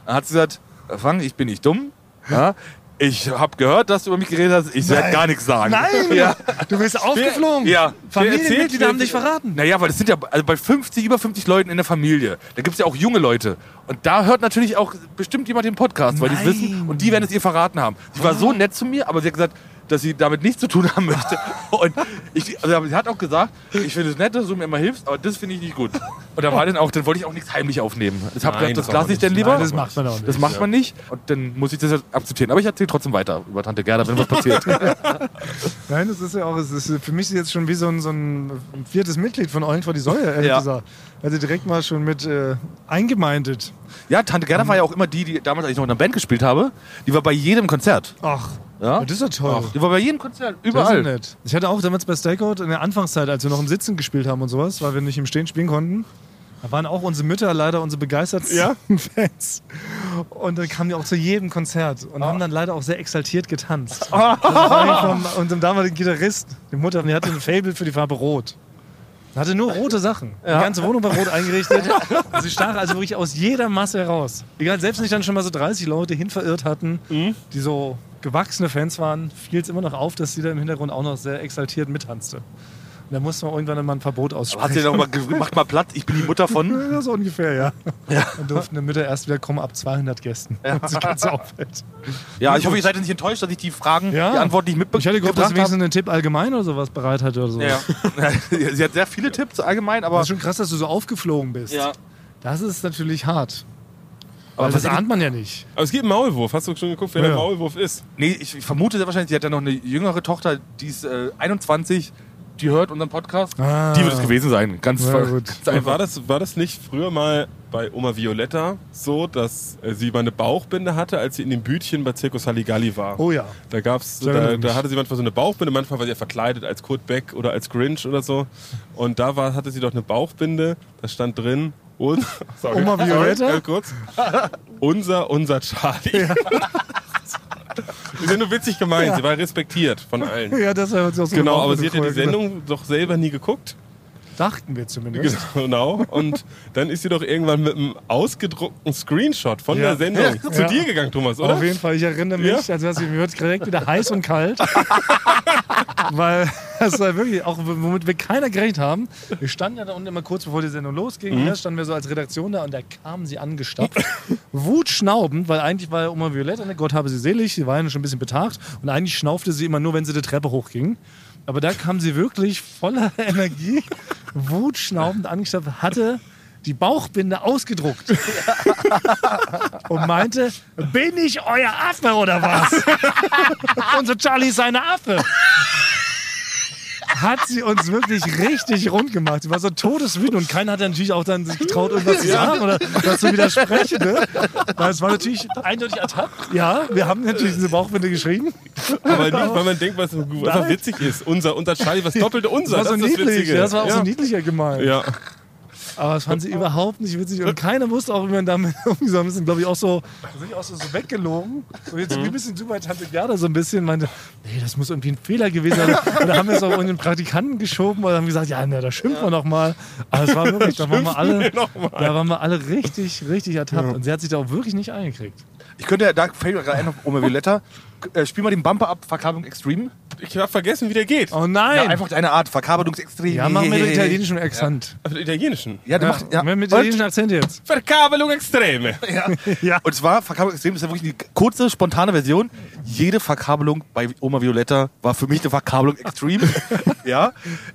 S2: Dann hat sie gesagt, Fang, ich bin nicht dumm. Ja, ich habe gehört, dass du über mich geredet hast. Ich werde gar nichts sagen.
S4: Nein!
S2: Ja.
S4: Du bist aufgeflogen!
S2: Ja.
S4: Familienmitglieder haben dich verraten.
S2: Naja, weil das sind ja also bei 50, über 50 Leuten in der Familie. Da gibt es ja auch junge Leute. Und da hört natürlich auch bestimmt jemand den Podcast, weil die es
S4: Nein.
S2: wissen und die werden es ihr verraten haben. Sie war so nett zu mir, aber sie hat gesagt, dass sie damit nichts zu tun haben möchte. Und ich, also sie hat auch gesagt, ich finde es nett, dass du mir immer hilfst, aber das finde ich nicht gut. Und da war dann auch, dann wollte ich auch nichts heimlich aufnehmen. Ich habe
S3: Nein,
S2: gedacht, das
S3: das macht man
S2: lasse ich denn
S3: nicht.
S2: lieber.
S4: Nein, das macht man auch nicht.
S2: Das macht man nicht. Und dann muss ich das jetzt akzeptieren. Aber ich erzähle trotzdem weiter über Tante Gerda, wenn was passiert.
S1: Nein, das ist ja auch, es ist für mich jetzt schon wie so ein, so ein viertes Mitglied von Eulen vor die Säule, ehrlich
S2: Ja.
S1: gesagt. Also direkt mal schon mit äh, eingemeindet.
S2: Ja, Tante Gerda war ja auch immer die, die damals, als ich noch in der Band gespielt habe, die war bei jedem Konzert.
S1: Ach,
S2: Ja?
S1: das ist ja toll.
S2: Die war bei jedem Konzert,
S1: Das ist ja
S2: überall.
S1: nett. Ich hatte auch damals bei Stakeout in der Anfangszeit, als wir noch im Sitzen gespielt haben und sowas, weil wir nicht im Stehen spielen konnten, da waren auch unsere Mütter leider unsere begeistertsten Fans. Und dann kamen die auch zu jedem Konzert und haben dann leider auch sehr exaltiert getanzt. Das war eigentlich von unserem damaligen Gitarristen, die Mutter, die hatte ein Fable für die Farbe Rot. Er hatte nur rote Sachen. Die ganze Wohnung war rot eingerichtet. Und Sie stach also wirklich aus jeder Masse heraus. Egal, selbst wenn sich dann schon mal so 30 Leute hin verirrt hatten, die so gewachsene Fans waren, fiel es immer noch auf, dass sie da im Hintergrund auch noch sehr exaltiert mittanzte. Und da musste man irgendwann mal ein Verbot
S2: Hat
S1: aussprechen.
S2: sie dann auch mal gesagt, macht mal Platz, ich bin die Mutter von.
S1: Ja, so ungefähr, ja. Dann durften die Mütter erst wieder kommen ab 200 Gästen. Ja. Das ganze Aufwärts.
S2: Ja, ich hoffe, ihr seid jetzt nicht enttäuscht, dass ich die Fragen,
S1: Ja.
S2: die Antworten nicht
S1: Ich hätte gehofft,
S2: mitbekommen
S1: dass sie wenigstens einen Tipp allgemein oder sowas bereit hatte oder so.
S2: Ja. ja. Sie hat sehr viele Tipps allgemein, aber.
S1: Das ist schon krass, dass du so aufgeflogen bist.
S2: Ja.
S1: Das ist natürlich hart.
S2: Aber
S1: Weil das
S2: was ich-
S1: ahnt man ja nicht.
S3: Aber es gibt einen Maulwurf. Hast du schon geguckt, wer
S1: Ja.
S3: der Maulwurf ist?
S2: Nee, ich vermute sehr wahrscheinlich, sie hat ja noch eine jüngere Tochter, die ist äh, 21, die hört unseren Podcast.
S1: Ah.
S2: Die wird es gewesen sein. Ganz,
S1: Ja,
S2: ver-
S1: gut.
S2: ganz
S3: Aber
S2: einfach.
S3: War das, war das nicht früher mal bei Oma Violetta so, dass äh, sie mal eine Bauchbinde hatte, als sie in dem Bütchen bei Circus Halligalli war?
S1: Oh ja.
S3: Da gab's,
S1: erinnere
S3: da,
S1: mich.
S3: da hatte sie manchmal so eine Bauchbinde, manchmal war sie ja verkleidet als Kurt Beck oder als Grinch oder so. Und da war, hatte sie doch eine Bauchbinde, da stand drin, un- sorry,
S1: Oma
S3: sorry,
S1: Violetta?
S3: ganz kurz. Unser, unser Charlie. Die sind nur witzig gemeint, sie war respektiert von allen.
S1: Ja, das hat sie auch so
S3: Genau,
S1: gemacht
S3: aber
S1: mit
S3: sie
S1: dem
S3: hat ja
S1: Volk,
S3: die
S1: ne?
S3: Sendung doch selber nie geguckt.
S1: Dachten wir zumindest.
S3: Genau. Und dann ist sie doch irgendwann mit einem ausgedruckten Screenshot von
S1: Ja.
S3: der Sendung
S1: Ja.
S3: zu
S1: Ja.
S3: dir gegangen, Thomas, oder?
S1: Auf jeden Fall, ich erinnere mich,
S3: Ja.
S1: also dass ich, mir wird direkt wieder heiß und kalt. Weil das war wirklich, auch womit wir keiner gerechnet haben. Wir standen ja da unten immer kurz bevor die Sendung losging,
S3: Mhm.
S1: ne, standen wir so als Redaktion da und da kamen sie angestapft. Wutschnaubend, weil eigentlich war ja Oma Violetta, ne, Gott habe sie selig, sie war ja schon ein bisschen betagt und eigentlich schnaufte sie immer nur, wenn sie die Treppe hochging. Aber da kam sie wirklich voller Energie, wutschnaubend angestapft, hatte die Bauchbinde ausgedruckt und meinte, bin ich euer Affe oder was? und so Charlie ist eine Affe. Hat sie uns wirklich richtig rund gemacht. Sie war so todeswütend und keiner hat ja natürlich auch dann sich getraut, irgendwas zu sagen oder was zu widersprechen. Ne? Weil es war natürlich eindeutig ertappt. Ja, wir haben natürlich diese Bauchwinde geschrieben.
S3: Aber nicht, weil man denkt, was einfach witzig ist. Unser, unser Charlie, was doppelte unser.
S1: Das war so
S3: ist das
S1: niedlich.
S3: Witzige.
S1: Das war auch
S3: ja.
S1: so niedlicher gemeint.
S3: Ja.
S1: Aber das fand sie überhaupt nicht witzig. Und keiner wusste auch, wie man damit umgeht. Wir sind, glaube ich, auch so, Mhm. da sind die auch so, so weggelogen. Und jetzt sind wir ein bisschen zu bei Tante Gerda so ein bisschen. Meinte, nee, das muss irgendwie ein Fehler gewesen sein. Oder haben wir es auf unseren Praktikanten geschoben oder haben gesagt, ja, na, da schimpfen wir noch mal. Aber es war wirklich, da waren wir alle, da waren wir alle richtig, richtig ertappt. Und sie hat sich da auch wirklich nicht eingekriegt.
S2: Ich könnte ja, da fällt mir gerade ein, auf Oma Violetta, Äh, spiel mal den Bumper ab, Verkabelung Extreme.
S3: Ich habe vergessen, wie der geht.
S1: Oh
S2: Ja,
S1: nein!
S2: einfach deine Art, Verkabelung Extreme.
S1: Ja, mach mir den italienischen Akzent.
S3: Auf den italienischen.
S2: Ja, du
S1: Ja.
S2: machst. Ja.
S1: Mit mit
S2: Und,
S1: italienischen Akzent jetzt.
S3: Verkabelung extreme.
S2: und zwar, Verkabelung Extreme ist ja wirklich die kurze, spontane Version. Jede Verkabelung bei Oma Violetta war für mich eine Verkabelung Extreme. ja.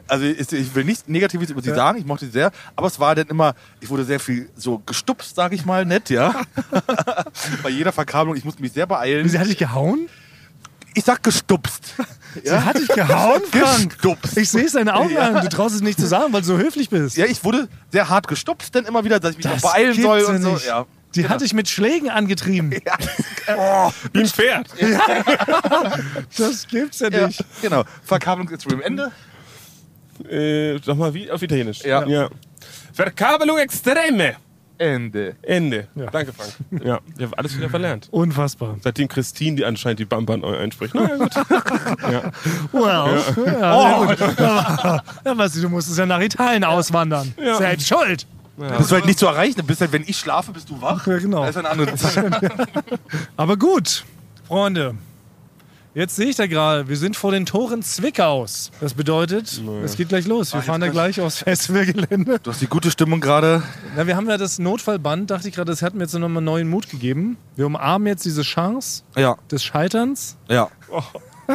S2: Also, ist, ich will nichts Negatives über sie sagen, ich mochte sie sehr. Aber es war dann immer, ich wurde sehr viel so gestupst, sage ich mal, nett, ja. bei jeder Verkabelung, ich musste mich sehr beeilen.
S1: Sie hat dich gehauen?
S2: Ich sag gestupst.
S1: Sie hat dich gehauen, Frank?
S2: Gestupst.
S1: Ich sehe es deinen Augen an. Du traust es nicht zu sagen, weil du so höflich bist.
S2: Ja, ich wurde sehr hart gestupst, dann immer wieder, dass ich mich noch beeilen
S1: gibt's
S2: soll
S1: ja genau.
S2: und so.
S1: nicht.
S2: Ja.
S1: Die hat dich mit Schlägen angetrieben.
S3: Wie ein Pferd.
S1: Das gibt's ja
S2: Ja,
S1: nicht.
S2: genau. Verkabelung ist am Ende.
S3: Äh, sag mal, wie? Auf Italienisch.
S2: Ja.
S3: Verkabelung extreme.
S2: Ende.
S3: Ende. Danke, Frank. Ja, ich habe alles wieder verlernt.
S1: Unfassbar.
S3: Seitdem Christine die anscheinend die Bumper neu einspricht. Na ja, gut.
S1: Wow. Ja. Ja, sehr gut. ja, was, du musstest ja nach Italien auswandern.
S3: Ja.
S1: Selbst schuld.
S2: Bist du halt nicht zu erreichen. Du bist halt, wenn ich schlafe, bist du wach.
S1: Ja, genau.
S2: Das ist eine andere Sache.
S1: Aber gut, Freunde. Jetzt sehe ich da gerade, wir sind vor den Toren Zwickaus. Das bedeutet, es geht gleich los. Wir fahren da gleich aufs Festivalgelände.
S2: Du hast die gute Stimmung gerade.
S1: Na, wir haben ja das Notfallband, dachte ich gerade, das hat mir jetzt nochmal neuen Mut gegeben. Wir umarmen jetzt diese Chance
S2: Ja,
S1: des Scheiterns,
S2: ja.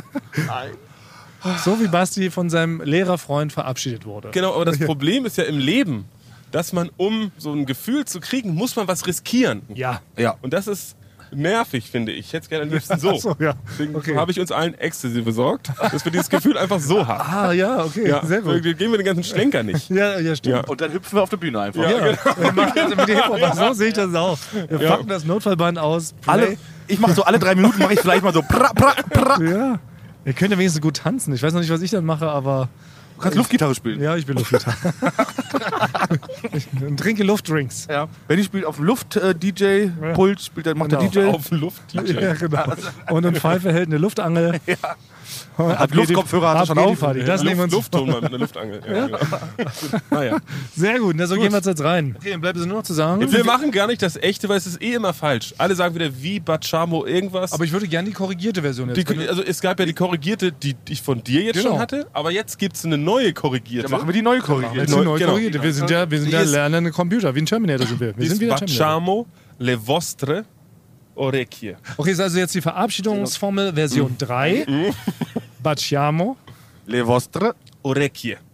S1: so wie Basti von seinem Lehrerfreund verabschiedet wurde.
S3: Genau, aber das Problem ist ja im Leben, dass man, um so ein Gefühl zu kriegen, muss man was riskieren.
S1: Ja.
S2: Ja.
S3: Und das ist nervig, finde ich. Ich hätte es gerne am liebsten so.
S1: Ach so, ja.
S3: Deswegen
S1: Okay.
S3: habe ich uns allen Ecstasy besorgt, dass wir dieses Gefühl einfach so haben.
S1: Ah, ja, okay,
S3: Ja,
S1: sehr gut.
S3: Wir gehen wir den ganzen Schlenker nicht.
S1: Ja, ja, stimmt.
S3: Ja.
S2: Und dann hüpfen wir auf der Bühne einfach.
S1: Ja, wir machen das mit dem Hip-Hop. So sehe ich das auch. Wir packen das Notfallband aus. Play.
S2: Alle, ich mache so alle drei Minuten, mache ich vielleicht mal so pra, pra, pra. Du
S1: Ja. Ihr könnt ja wenigstens gut tanzen. Ich weiß noch nicht, was ich dann mache, aber
S2: kannst Luftgitarre spielen.
S1: ja, ich bin Luftgitarre. ich trinke Luftdrinks.
S2: Ja. Benny spielt auf dem äh, Luft-DJ-Pult, spielt dann macht
S1: Genau.
S2: der DJ.
S3: Auf Luft.
S1: Ja, genau. Und ein Pfeife hält eine Luftangel. Ja.
S2: Hat Luftkopfhörer, hat er schon auf.
S1: Party. Das nehmen wir uns.
S3: Luft, Luftton mal mit einer Luftangel. Ja, genau. naja.
S1: Sehr gut, na, so gehen wir jetzt jetzt rein. Okay, dann bleibt es nur noch zu sagen.
S3: Wir machen gar nicht das echte, weil es ist eh immer falsch. Alle sagen wieder wie Bachamo irgendwas.
S1: Aber ich würde gerne die korrigierte Version jetzt.
S3: die, also es gab ja die korrigierte, die, die ich von dir jetzt
S1: Genau.
S3: schon hatte, aber jetzt gibt es eine neue korrigierte.
S2: Dann machen wir die neue
S1: Jetzt
S2: korrigiert.
S1: eine
S3: neu-
S1: neue
S3: genau.
S1: korrigierte. Wir sind ja, wir sind
S3: Die
S1: ja
S3: ist-
S1: lernende Computer, wie ein Terminator sind wir. Wir sind
S3: Ist
S1: wieder Terminator.
S3: Bachamo le vostre orecchie.
S1: Okay, ist also jetzt die
S3: Mhm.
S1: Verabschiedungsformel Version 3. Baciamo.
S2: Le vostre.
S3: Orecchie.